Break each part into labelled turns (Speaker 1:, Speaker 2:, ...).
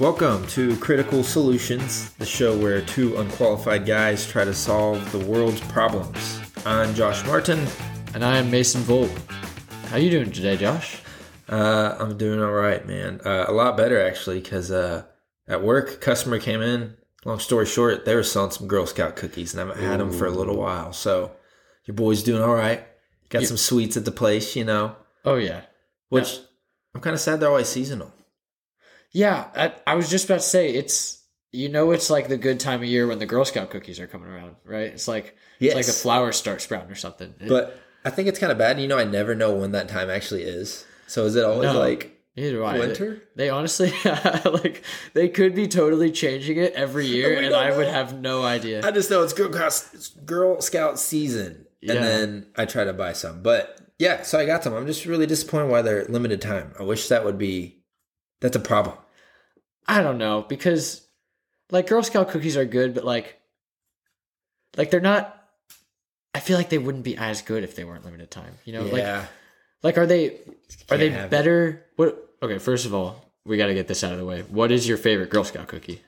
Speaker 1: Welcome to Critical Solutions, the show where two unqualified guys try to solve the world's problems. I'm Josh Martin.
Speaker 2: And I am Mason Volt. How you doing today, Josh?
Speaker 1: Uh, I'm doing all right, man. Uh, a lot better actually, because uh, at work, customer came in. Long story short, they were selling some Girl Scout cookies, and I haven't had them for a little while. So your boy's doing all right. Got
Speaker 2: You-
Speaker 1: some sweets at the place, you know.
Speaker 2: Oh yeah,
Speaker 1: Which I'm kind of sad they're always seasonal.
Speaker 2: yeah. I, I was just about to say it's you know it's like the good time of year when the Girl Scout cookies are coming around, right? It's like
Speaker 1: Yes.
Speaker 2: it's like a flower starts sprouting or something. It-
Speaker 1: But I think it's kind of bad. You know, I never know when that time actually is. So is it always
Speaker 2: No.
Speaker 1: like
Speaker 2: neither do I.
Speaker 1: winter?
Speaker 2: They honestly like they could be totally changing it every year,
Speaker 1: We
Speaker 2: and
Speaker 1: don't
Speaker 2: I would
Speaker 1: know.
Speaker 2: have no idea.
Speaker 1: I just know it's Girl Scout, it's Girl Scout season,
Speaker 2: Yeah.
Speaker 1: and then I try to buy some. But yeah, so I got some. I'm just really disappointed why they're limited time. I wish that would be. That's a problem.
Speaker 2: I don't know because like Girl Scout cookies are good, but like like they're not. I feel like they wouldn't be as good if they weren't limited time. You know, like
Speaker 1: yeah,
Speaker 2: Like, are they are they
Speaker 1: have it.
Speaker 2: better? What? Okay, first of all, we got to get this out of the way. What is your favorite Girl Scout cookie?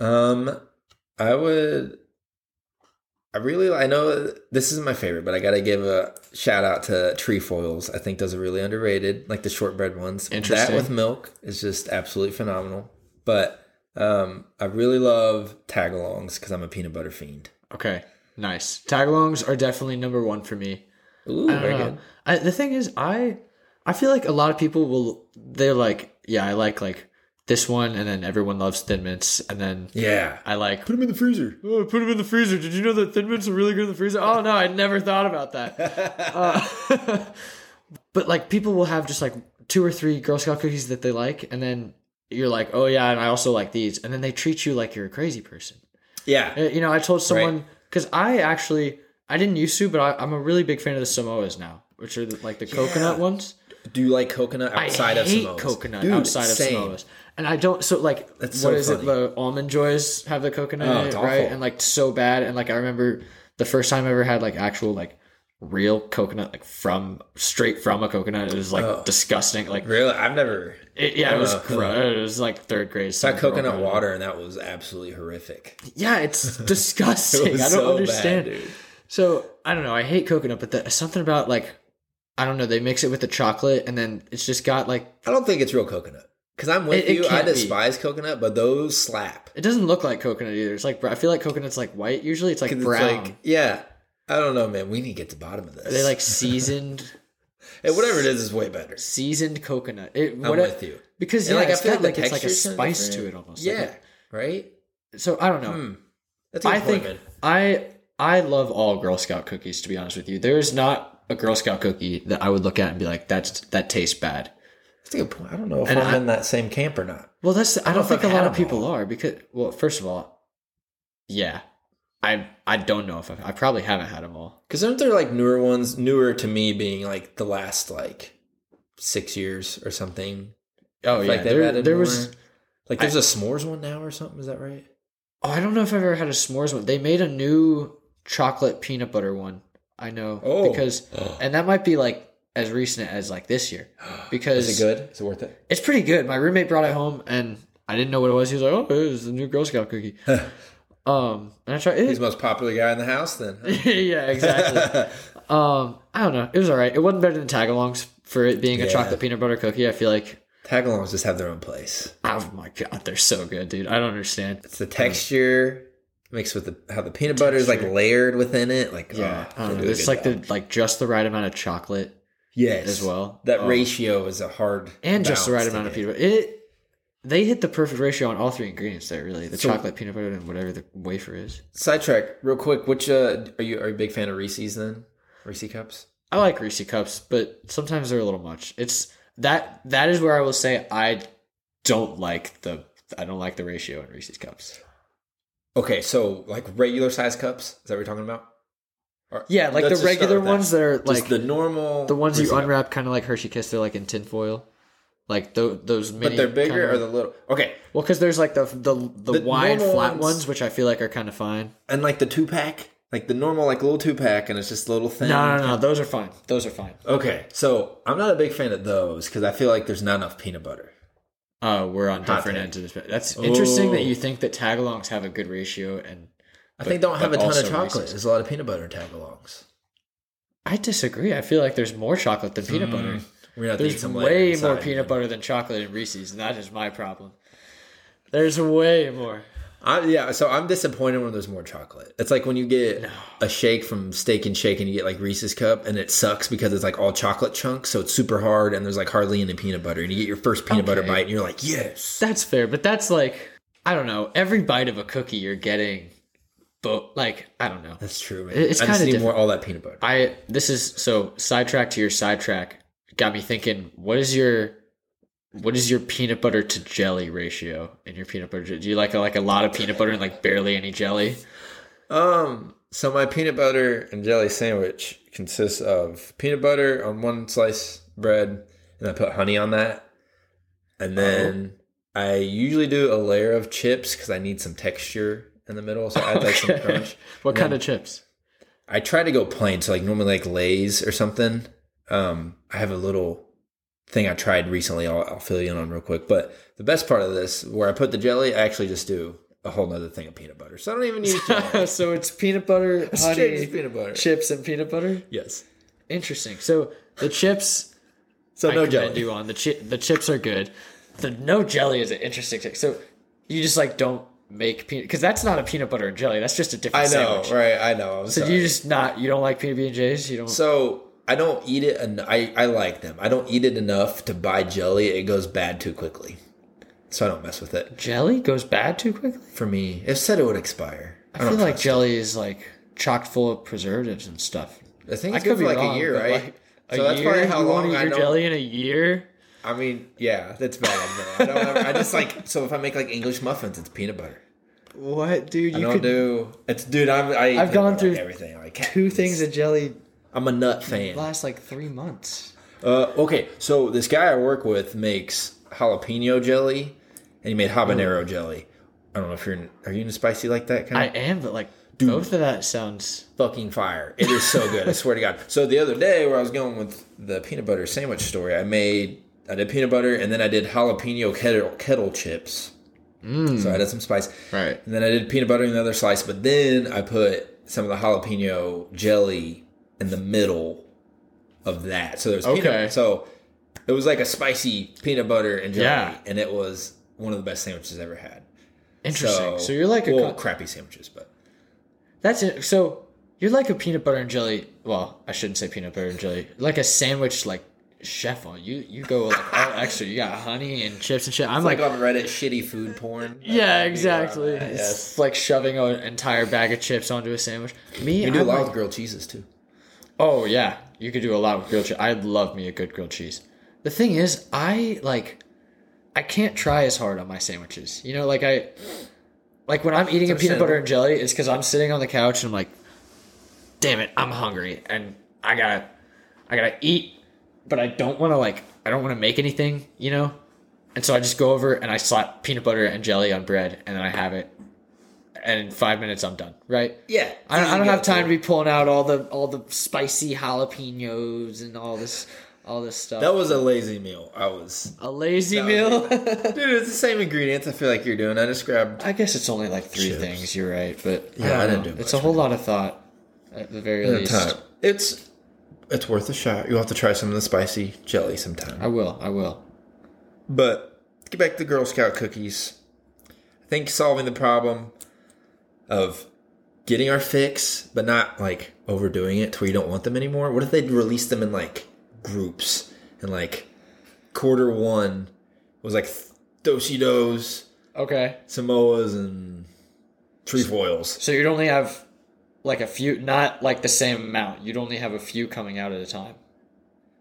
Speaker 1: um, I would. I really, I know this isn't my favorite, but I gotta give a shout out to trefoils. I think those are really underrated, like the shortbread ones. That
Speaker 2: Interesting.
Speaker 1: with milk is just absolutely phenomenal. But um, I really love tagalongs because I'm a peanut butter fiend.
Speaker 2: Okay, nice. Tagalongs are definitely number one for me.
Speaker 1: Ooh,
Speaker 2: I
Speaker 1: very
Speaker 2: don't know.
Speaker 1: good.
Speaker 2: I, the thing is, I I feel like a lot of people will they're like, yeah, I like like this one, and then everyone loves Thin Mints, and then
Speaker 1: Yeah.
Speaker 2: I like.
Speaker 1: them in the freezer.
Speaker 2: Oh, put them in the freezer. Did you know that Thin Mints are really good in the freezer? Oh no, I never thought about that. Uh, but like people will have just like two or three Girl Scout cookies that they like, and then you're like, oh yeah, and I also like these, and then they treat you like you're a crazy person.
Speaker 1: Yeah.
Speaker 2: Uh, You know, I told someone because I actually I didn't used to, but I, I'm a really big fan of the Samoas now, which are the, like the coconut ones.
Speaker 1: Do you like coconut outside
Speaker 2: I
Speaker 1: of
Speaker 2: hate
Speaker 1: Samoas?
Speaker 2: coconut
Speaker 1: Dude,
Speaker 2: outside of
Speaker 1: same.
Speaker 2: Samoas, and I don't. So like, what
Speaker 1: That's
Speaker 2: is
Speaker 1: so
Speaker 2: it?
Speaker 1: funny.
Speaker 2: The almond joys have the coconut,
Speaker 1: Oh,
Speaker 2: in
Speaker 1: it's
Speaker 2: it, right?
Speaker 1: awful.
Speaker 2: And like so bad. And like I remember the first time I ever had like actual like real coconut, like from straight from a coconut. It was like disgusting. Like
Speaker 1: Oh. Really? I've never
Speaker 2: it, yeah, it was
Speaker 1: Ugh.
Speaker 2: gross. It was like third grade.
Speaker 1: I
Speaker 2: summer
Speaker 1: had coconut
Speaker 2: program.
Speaker 1: water and that was absolutely horrific.
Speaker 2: Yeah, it's
Speaker 1: It
Speaker 2: disgusting.
Speaker 1: was
Speaker 2: I don't
Speaker 1: so bad,
Speaker 2: understand.
Speaker 1: dude.
Speaker 2: So I don't know. I hate coconut, but the, something about like. I don't know. They mix it with the chocolate, and then it's just got like
Speaker 1: I don't think it's real coconut. Because I'm with
Speaker 2: It- it
Speaker 1: you. I
Speaker 2: can't be.
Speaker 1: despise coconut, but those slap.
Speaker 2: It doesn't look like coconut either. It's like I feel like coconut's like white. Usually it's like
Speaker 1: 'Cause
Speaker 2: brown.
Speaker 1: It's like, yeah. I don't know, man. We need to get to the bottom of this.
Speaker 2: they like seasoned
Speaker 1: and whatever it is is way better.
Speaker 2: seasoned coconut. It,
Speaker 1: I'm
Speaker 2: what
Speaker 1: with you.
Speaker 2: Because yeah,
Speaker 1: And like
Speaker 2: like,
Speaker 1: I
Speaker 2: it's
Speaker 1: feel
Speaker 2: got,
Speaker 1: like
Speaker 2: like
Speaker 1: the
Speaker 2: it's like a
Speaker 1: texture's kinda
Speaker 2: spice to
Speaker 1: different.
Speaker 2: it almost. Like,
Speaker 1: Yeah. Hmm. right?
Speaker 2: it- so I don't know.
Speaker 1: That's a good
Speaker 2: I
Speaker 1: point,
Speaker 2: think
Speaker 1: man.
Speaker 2: I I love all Girl Scout cookies. To be honest with you, there is not a Girl Scout cookie that I would look at and be like, "That's that tastes bad."
Speaker 1: That's a good point. I don't know if
Speaker 2: And
Speaker 1: I'm
Speaker 2: I-
Speaker 1: in that same camp or not.
Speaker 2: Well, that's I
Speaker 1: if
Speaker 2: don't
Speaker 1: I've
Speaker 2: think a
Speaker 1: had
Speaker 2: lot of
Speaker 1: them
Speaker 2: people are because well, first of all, yeah, I I don't know if I've, I probably haven't had them all.
Speaker 1: Because aren't there like newer ones, newer to me being like the last like six years or something?
Speaker 2: Oh yeah,
Speaker 1: like they've
Speaker 2: there,
Speaker 1: added
Speaker 2: there
Speaker 1: more?
Speaker 2: was
Speaker 1: Like there's a s'mores one now or something, is that right?
Speaker 2: Oh, I don't know if I've ever had a s'mores one. They made a new chocolate peanut butter one. I know
Speaker 1: Oh.
Speaker 2: because, and that might be like as recent as like this year because
Speaker 1: Is it good? Is it worth it?
Speaker 2: it's pretty good. My roommate brought it home and I didn't know what it was. He was like, "Oh, it was the new Girl Scout cookie." um, and I tried.
Speaker 1: He's
Speaker 2: It,
Speaker 1: the most popular guy in the house then. huh?
Speaker 2: yeah, exactly. um, I don't know. It was all right. It wasn't better than tagalongs for it being
Speaker 1: Yeah.
Speaker 2: a chocolate peanut butter cookie. I feel like,
Speaker 1: Tagalongs just have their own place.
Speaker 2: oh my god, they're so good, dude. I don't understand.
Speaker 1: It's the texture mixed with the how the peanut butter is like layered within it. Like
Speaker 2: Yeah,
Speaker 1: oh,
Speaker 2: I
Speaker 1: they
Speaker 2: don't
Speaker 1: do
Speaker 2: know.
Speaker 1: a
Speaker 2: It's
Speaker 1: good
Speaker 2: like
Speaker 1: job.
Speaker 2: the like just the right amount of chocolate.
Speaker 1: yes
Speaker 2: as well.
Speaker 1: That
Speaker 2: Um,
Speaker 1: ratio is a hard
Speaker 2: and just the right
Speaker 1: balance to
Speaker 2: amount of
Speaker 1: get.
Speaker 2: peanut butter. It they hit the perfect ratio on all three ingredients there. Really, the
Speaker 1: So-
Speaker 2: chocolate, peanut butter, and whatever the wafer is.
Speaker 1: Sidetrack real quick. Which uh, are you are you a big fan of Reese's then? Reese cups.
Speaker 2: I like Reese cups, but sometimes they're a little much. It's that that is where I will say I don't like the I don't like the ratio in Reese's cups.
Speaker 1: Okay, so like regular size cups, is that what you're talking about? Or-
Speaker 2: Yeah,
Speaker 1: Let's
Speaker 2: like the
Speaker 1: just start
Speaker 2: regular
Speaker 1: with that.
Speaker 2: ones that are
Speaker 1: Just
Speaker 2: like
Speaker 1: the
Speaker 2: the,
Speaker 1: normal,
Speaker 2: ones
Speaker 1: Reese's
Speaker 2: you
Speaker 1: cup.
Speaker 2: unwrap, kind of like Hershey Kiss. They're like in tinfoil, like th- those. Mini
Speaker 1: but they're bigger
Speaker 2: kinda-
Speaker 1: or the little. Okay,
Speaker 2: well, because there's like the the the,
Speaker 1: The
Speaker 2: wide
Speaker 1: normal
Speaker 2: flat
Speaker 1: ones-
Speaker 2: ones, which I feel like are kind of fine.
Speaker 1: and like the two pack, like the normal, like little two pack, and it's just a little thin.
Speaker 2: No, no, no, those are fine. Those are fine.
Speaker 1: Okay, so I'm not a big fan of those because I feel like there's not enough peanut butter.
Speaker 2: uh, we're on
Speaker 1: Hot
Speaker 2: different
Speaker 1: take.
Speaker 2: ends of the spectrum. That's interesting that
Speaker 1: Ooh.
Speaker 2: you think that tagalongs have a good ratio, and
Speaker 1: I
Speaker 2: But-
Speaker 1: think don't have
Speaker 2: but
Speaker 1: a ton of
Speaker 2: also
Speaker 1: chocolate.
Speaker 2: racist.
Speaker 1: There's a lot of peanut butter tagalongs.
Speaker 2: I disagree. I feel like there's more chocolate than peanut butter.
Speaker 1: We're gonna have to eat
Speaker 2: There's
Speaker 1: Mm, some later
Speaker 2: way
Speaker 1: inside,
Speaker 2: more peanut
Speaker 1: man.
Speaker 2: butter than chocolate in Reese's, and that is my problem. There's way more.
Speaker 1: I, yeah, so I'm disappointed when there's more chocolate. It's like when you get a shake from Steak and Shake and you get like Reese's cup and it sucks because it's like all chocolate chunks, so it's super hard and there's like hardly any peanut butter. And you get your first peanut butter
Speaker 2: Okay.
Speaker 1: bite and you're like, yes.
Speaker 2: That's fair, but that's like I don't know. Every bite of a cookie you're getting, but like I don't know.
Speaker 1: That's true, man.
Speaker 2: It- it's
Speaker 1: I just
Speaker 2: kinda
Speaker 1: need more all that peanut butter.
Speaker 2: I this is so sidetrack to your sidetrack got me thinking. What is your what is your peanut butter to jelly ratio in your peanut butter? Do you like a, like a lot of peanut butter and like barely any jelly?
Speaker 1: Um, so my peanut butter and jelly sandwich consists of peanut butter on one slice bread, and I put honey on that, and
Speaker 2: Oh.
Speaker 1: then I usually do a layer of chips because I need some texture in the middle, so I add like some
Speaker 2: Okay.
Speaker 1: crunch.
Speaker 2: What kind of chips?
Speaker 1: I try to go plain, so like normally like Lay's or something. Um, I have a little thing I tried recently. I'll, I'll fill you in on real quick. But the best part of this, where I put the jelly, I actually just do a whole nother thing of peanut butter. So I don't even use jelly.
Speaker 2: so it's peanut butter,
Speaker 1: It's
Speaker 2: honey,
Speaker 1: just peanut butter.
Speaker 2: chips, and peanut butter.
Speaker 1: Yes.
Speaker 2: Interesting. So the chips
Speaker 1: So
Speaker 2: I
Speaker 1: no
Speaker 2: commend
Speaker 1: jelly.
Speaker 2: you on the chi- the chips are good. The no jelly is an interesting thing. So you just like don't make peanut because that's not a peanut butter and jelly. That's just a different.
Speaker 1: I know,
Speaker 2: sandwich.
Speaker 1: right? I know. I'm
Speaker 2: So
Speaker 1: sorry.
Speaker 2: you just not you don't like peanut and J's. You don't.
Speaker 1: so I don't eat it. En- I I like them. I don't eat it enough to buy jelly. It goes bad too quickly, so I don't mess with it.
Speaker 2: jelly goes bad too quickly.
Speaker 1: For me, it said it would expire.
Speaker 2: I, feel
Speaker 1: don't
Speaker 2: like
Speaker 1: trust
Speaker 2: jelly is like chocked full of preservatives and stuff.
Speaker 1: it. I think
Speaker 2: I
Speaker 1: it's good for
Speaker 2: could be
Speaker 1: like
Speaker 2: wrong,
Speaker 1: a year,
Speaker 2: but,
Speaker 1: right?
Speaker 2: like, a
Speaker 1: so that's
Speaker 2: year,
Speaker 1: probably how
Speaker 2: you won't
Speaker 1: long
Speaker 2: eat
Speaker 1: I
Speaker 2: your
Speaker 1: know.
Speaker 2: jelly in a year.
Speaker 1: I mean, yeah, that's bad. Bro. I don't. Ever, I just like so if I make like English muffins, it's peanut butter.
Speaker 2: What, dude?
Speaker 1: I
Speaker 2: You
Speaker 1: don't
Speaker 2: could
Speaker 1: do. It's dude. I'm, I eat
Speaker 2: I've
Speaker 1: peanut
Speaker 2: gone
Speaker 1: butter
Speaker 2: through
Speaker 1: like everything. Like
Speaker 2: two things of jelly
Speaker 1: I'm a nut fan.
Speaker 2: last like three months.
Speaker 1: Uh, okay, so this guy I work with makes jalapeno jelly, and he made habanero jelly. I don't know if you're in, are you into spicy like that kind
Speaker 2: Mm. I
Speaker 1: of
Speaker 2: am, but like both of that sounds.
Speaker 1: fucking fire. It is so good. I swear to God. So the other day where I was going with the peanut butter sandwich story, I made I did peanut butter and then I did jalapeno kettle kettle chips. So I did some spice.
Speaker 2: Mm. Right.
Speaker 1: And then I did peanut butter in the other slice, but then I put some of the jalapeno jelly in the middle of that. So there's peanut
Speaker 2: Okay.
Speaker 1: so it was like a spicy peanut butter and jelly,
Speaker 2: Yeah.
Speaker 1: and it was one of the best sandwiches I ever had.
Speaker 2: Interesting. So, you're like a
Speaker 1: well,
Speaker 2: co-
Speaker 1: crappy sandwiches, but
Speaker 2: that's it. So you're like a peanut butter and jelly. Well, I shouldn't say peanut butter and jelly. Like a sandwich, like chef on you. You go like all extra. You got honey and chips and shit. I'm
Speaker 1: like
Speaker 2: like,
Speaker 1: on Reddit, shitty food porn.
Speaker 2: yeah, exactly. It's
Speaker 1: Yes.
Speaker 2: like shoving an entire bag of chips onto a sandwich. Me,
Speaker 1: You do a
Speaker 2: I'm
Speaker 1: lot
Speaker 2: like-
Speaker 1: with grilled cheeses too.
Speaker 2: Oh yeah, you could do a lot with grilled cheese. I love me a good grilled cheese. The thing is, I like, I can't try as hard on my sandwiches. You know, like I, like when I'm eating a peanut butter and jelly, it's because I'm sitting on the couch and I'm like, damn it, I'm hungry and I gotta, I gotta eat, but I don't want to like, I don't want to make anything, you know, and so I just go over and I slap peanut butter and jelly on bread and then I have it, and in five minutes I'm done. Right.
Speaker 1: Yeah,
Speaker 2: I don't, I don't have time to be pulling out all the all the spicy jalapenos and all this all this stuff.
Speaker 1: That was a lazy meal. I was,
Speaker 2: a lazy
Speaker 1: was-
Speaker 2: meal.
Speaker 1: dude. It's the same ingredients. I feel like you're doing. I just grabbed.
Speaker 2: I guess it's only like three
Speaker 1: Chips.
Speaker 2: things. You're right, but
Speaker 1: Yeah, I
Speaker 2: don't
Speaker 1: didn't
Speaker 2: know.
Speaker 1: do
Speaker 2: It's a
Speaker 1: much.
Speaker 2: whole lot of thought, at the very least.
Speaker 1: It's it's worth a shot. You'll have to try some of the spicy jelly sometime.
Speaker 2: I will. I will.
Speaker 1: But to get back to the Girl Scout cookies. I think solving the problem of getting our fix, but not like overdoing it to where you don't want them anymore. What if they release them in like groups and like quarter one was like dosey dos,
Speaker 2: Okay,
Speaker 1: Samoas, and trefoils.
Speaker 2: so you'd only have like a few, not like the same amount. You'd only have a few coming out at a time.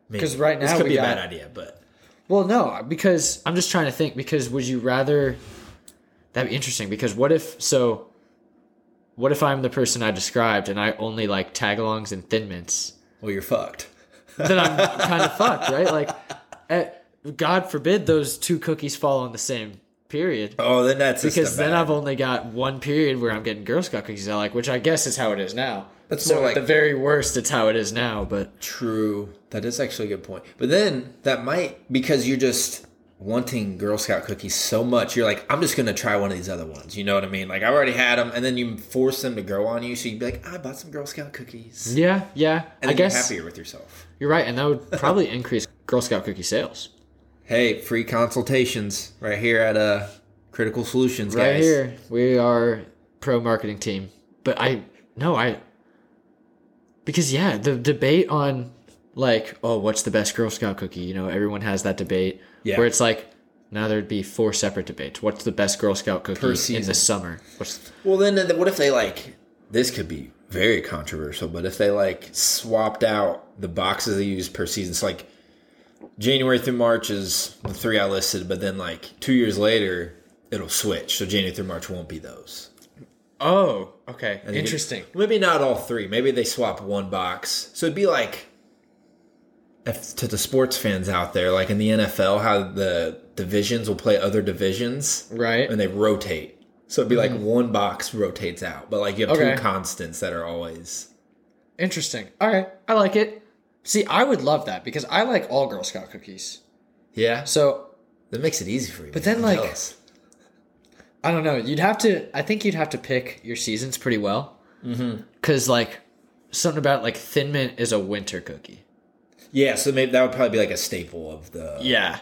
Speaker 2: Because right
Speaker 1: this
Speaker 2: now
Speaker 1: could
Speaker 2: we
Speaker 1: be
Speaker 2: got-
Speaker 1: a bad idea, but
Speaker 2: Well, no, because I'm just trying to think. Because would you rather? That'd be interesting. Because what if so? What if I'm the person I described and I only like tagalongs and thin mints?
Speaker 1: well, you're fucked.
Speaker 2: Then I'm kind of fucked, right? Like, eh, God forbid those two cookies fall on the same period.
Speaker 1: Oh, then that's just
Speaker 2: Because
Speaker 1: a
Speaker 2: then
Speaker 1: bad-
Speaker 2: I've only got one period where I'm getting Girl Scout cookies I like, which I guess is how it is now.
Speaker 1: That's
Speaker 2: so
Speaker 1: more
Speaker 2: at
Speaker 1: like-
Speaker 2: the very worst, it's how it is now. But
Speaker 1: True. That is actually a good point. But then that might because you're just wanting Girl Scout cookies so much, you're like, I'm just gonna try one of these other ones. You know what I mean? Like I already had them, and then you force them to grow on you, so you'd be like, I bought some Girl Scout cookies,
Speaker 2: Yeah, yeah.
Speaker 1: and then
Speaker 2: Mm. I guess
Speaker 1: you're happier with yourself.
Speaker 2: you're right, and that would probably increase Girl Scout cookie sales.
Speaker 1: Hey, free consultations right here at uh Critical Solutions,
Speaker 2: Right
Speaker 1: guys.
Speaker 2: here, we are pro marketing team. But I no, I because yeah, the debate on like oh, what's the best Girl Scout cookie? You know, everyone has that debate
Speaker 1: Yeah.
Speaker 2: where it's like now there'd be four separate debates. What's the best Girl Scout
Speaker 1: Per
Speaker 2: cookie in
Speaker 1: season.
Speaker 2: the summer? What's
Speaker 1: Well, then uh, what if they like? This could be very controversial, but if they like swapped out the boxes they use per season, it's like January through March is the three I listed, but then like two years later, it'll switch. So January through March won't be those.
Speaker 2: oh okay
Speaker 1: And you get- Maybe not all three. Maybe they swap one box. So it'd be like if, to the sports fans out there, like in the NFL, how the divisions will play other divisions
Speaker 2: right
Speaker 1: and they rotate. So it'd be like one box rotates out, but like you have
Speaker 2: Mm-hmm. Okay.
Speaker 1: two constants that are always.
Speaker 2: interesting all right I like it see I would love that because I like all Girl Scout cookies
Speaker 1: Yeah,
Speaker 2: so
Speaker 1: that makes it easy for you. But
Speaker 2: then, like- I don't know. You'd have to. I think you'd have to pick your seasons pretty well.
Speaker 1: Mm-hmm.
Speaker 2: Because like something about like Thin Mint is a winter cookie.
Speaker 1: yeah, so maybe that would probably be like a staple of the.
Speaker 2: Yeah.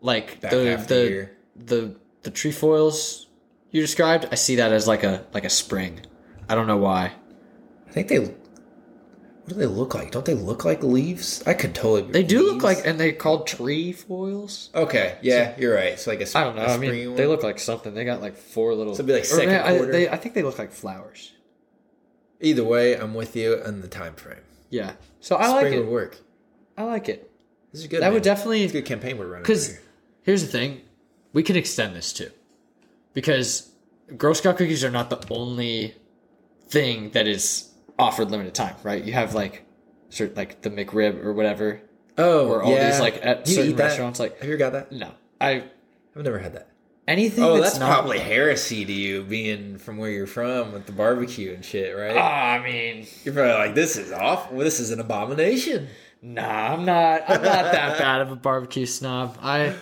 Speaker 2: Like
Speaker 1: Back
Speaker 2: the
Speaker 1: half
Speaker 2: the
Speaker 1: the year.
Speaker 2: the the trefoils you described. I see that as like a like a spring. I don't know why.
Speaker 1: I think they. What do they look like? Don't they look like leaves? I could totally.
Speaker 2: They do look
Speaker 1: leaves?
Speaker 2: like, and they called trefoils.
Speaker 1: Okay, yeah, you're right. It's like a. sp-
Speaker 2: I don't know.
Speaker 1: a
Speaker 2: I mean,
Speaker 1: springy
Speaker 2: they
Speaker 1: one.
Speaker 2: look like something. They got like four little.
Speaker 1: So it'd be like
Speaker 2: or
Speaker 1: second
Speaker 2: I,
Speaker 1: quarter.
Speaker 2: they, I think they look like flowers.
Speaker 1: Either way, I'm with you on the time frame.
Speaker 2: Yeah. So I
Speaker 1: Spring
Speaker 2: like
Speaker 1: would
Speaker 2: it.
Speaker 1: work.
Speaker 2: I like it.
Speaker 1: This is good.
Speaker 2: That would
Speaker 1: man.
Speaker 2: definitely
Speaker 1: It's a good campaign we're running.
Speaker 2: Because
Speaker 1: here.
Speaker 2: here's the thing, we can extend this too, because Girl Scout cookies are not the only thing that is offered limited time, right? You have like, certain, like the McRib or whatever,
Speaker 1: oh,
Speaker 2: where all
Speaker 1: yeah.
Speaker 2: these like at
Speaker 1: You
Speaker 2: certain
Speaker 1: eat that?
Speaker 2: restaurants, like
Speaker 1: Have you ever got that?
Speaker 2: no, I
Speaker 1: I've never had that.
Speaker 2: anything.
Speaker 1: Oh,
Speaker 2: that's,
Speaker 1: that's
Speaker 2: not,
Speaker 1: probably heresy to you, being from where you're from with the barbecue and shit, right?
Speaker 2: Ah, I mean,
Speaker 1: You're probably like, this is awful. This is an abomination.
Speaker 2: nah, I'm not. I'm not that bad of a barbecue snob. I.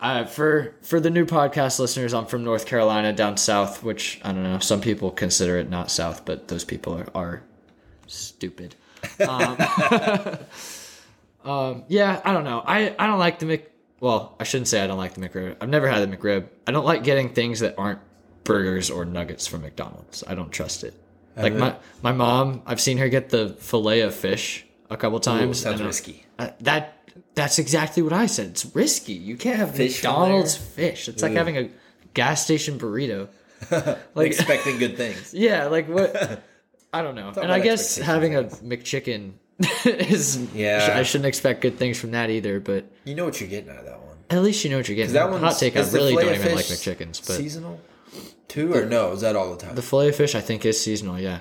Speaker 2: Uh, for for the new podcast listeners, I'm from North Carolina down south, which I don't know. Some people consider it not south, but those people are, are stupid. Um, um, yeah, I don't know. I, I don't like the Mc. Well, I shouldn't say I don't like the McRib. I've never had the McRib. I don't like getting things that aren't burgers or nuggets from McDonald's. I don't trust it. Like my my mom, I've seen her get the fillet of fish a couple times.
Speaker 1: sounds
Speaker 2: and I-
Speaker 1: risky.
Speaker 2: uh, that that's exactly what I said. It's risky. You can't have
Speaker 1: Fish from
Speaker 2: McDonald's fish. It's like having a gas station burrito. Like
Speaker 1: Expecting good things.
Speaker 2: yeah, like what? I don't know. and I
Speaker 1: about
Speaker 2: guess having a McChicken is
Speaker 1: Yeah.
Speaker 2: I shouldn't expect good things from that either. But
Speaker 1: You know what you're getting out of that one.
Speaker 2: at least you know what you're getting.
Speaker 1: That one
Speaker 2: hot take. I really don't even like McChickens, but
Speaker 1: seasonal. Two or no? Is that all the time?
Speaker 2: the fillet of fish I think is seasonal. Yeah,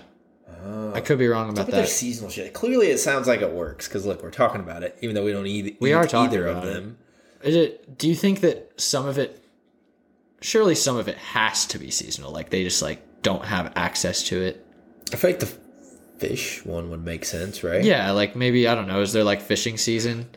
Speaker 1: Oh.
Speaker 2: I could be wrong about
Speaker 1: But they're
Speaker 2: that.
Speaker 1: seasonal shit. Clearly, it sounds like it works because look, we're talking about it, even though we don't eat.
Speaker 2: We
Speaker 1: eat
Speaker 2: are talking
Speaker 1: either
Speaker 2: about
Speaker 1: of
Speaker 2: it.
Speaker 1: them.
Speaker 2: Is it? Do you think that some of it? Surely some of it has to be seasonal. Like they just like don't have access to it.
Speaker 1: I feel like the fish one would make sense, right?
Speaker 2: Yeah, like maybe I don't know. Is there like fishing season?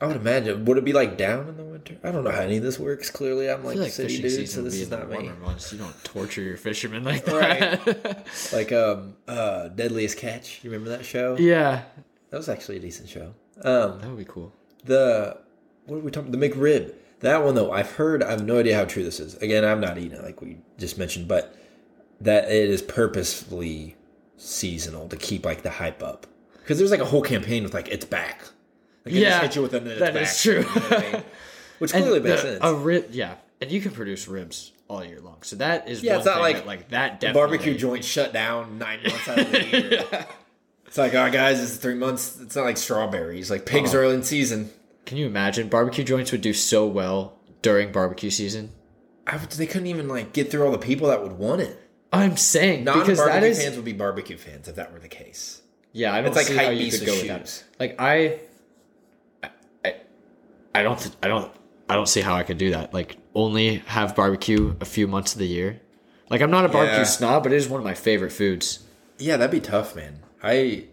Speaker 1: I would imagine. Would it be like down in the winter? I don't know how any of this works. Clearly, I'm
Speaker 2: I
Speaker 1: like,
Speaker 2: feel like
Speaker 1: city
Speaker 2: fishing
Speaker 1: dude,
Speaker 2: season
Speaker 1: so
Speaker 2: would
Speaker 1: this
Speaker 2: be
Speaker 1: is
Speaker 2: in the
Speaker 1: not me.
Speaker 2: warmer months. You don't torture your fishermen like that.
Speaker 1: Like um, uh, Deadliest Catch. You remember that show?
Speaker 2: yeah,
Speaker 1: That was actually a decent show. Um,
Speaker 2: that would be cool.
Speaker 1: the what are we talking? The McRib. That one though, I've heard. I have no idea how true this is. Again, I'm not eating it like we just mentioned, but that it is purposefully seasonal to keep like the hype up. Because there's like a whole campaign with like it's back. Like, they
Speaker 2: Yeah,
Speaker 1: just hit you with an it's
Speaker 2: that
Speaker 1: back,
Speaker 2: is true.
Speaker 1: you know what I mean? Which clearly
Speaker 2: And
Speaker 1: makes
Speaker 2: the-
Speaker 1: sense.
Speaker 2: A rib, yeah, and you can produce ribs all year long. So that is
Speaker 1: Yeah,
Speaker 2: One
Speaker 1: it's not
Speaker 2: thing
Speaker 1: like
Speaker 2: that, like that
Speaker 1: The
Speaker 2: definitely
Speaker 1: barbecue joint shut down nine months out of the year. It's like, oh guys, it's three months. It's not like strawberries. Like
Speaker 2: Uh-huh.
Speaker 1: pigs are in season.
Speaker 2: Can you imagine barbecue joints would do so well during barbecue season?
Speaker 1: I, would- they couldn't even like get through all the people that would want it.
Speaker 2: I'm saying because that
Speaker 1: Non-barbecue
Speaker 2: is
Speaker 1: fans would be barbecue fans if that were the case.
Speaker 2: Yeah, I don't
Speaker 1: like
Speaker 2: see how
Speaker 1: hypebeast
Speaker 2: you could
Speaker 1: with
Speaker 2: go without
Speaker 1: shoes.
Speaker 2: it. Like I, I, I don't, th- I don't, I don't see how I could do that. Like only have barbecue a few months of the year. Like I'm not a barbecue
Speaker 1: Yeah.
Speaker 2: snob, but it is one of my favorite foods.
Speaker 1: Yeah, that'd be tough, man. I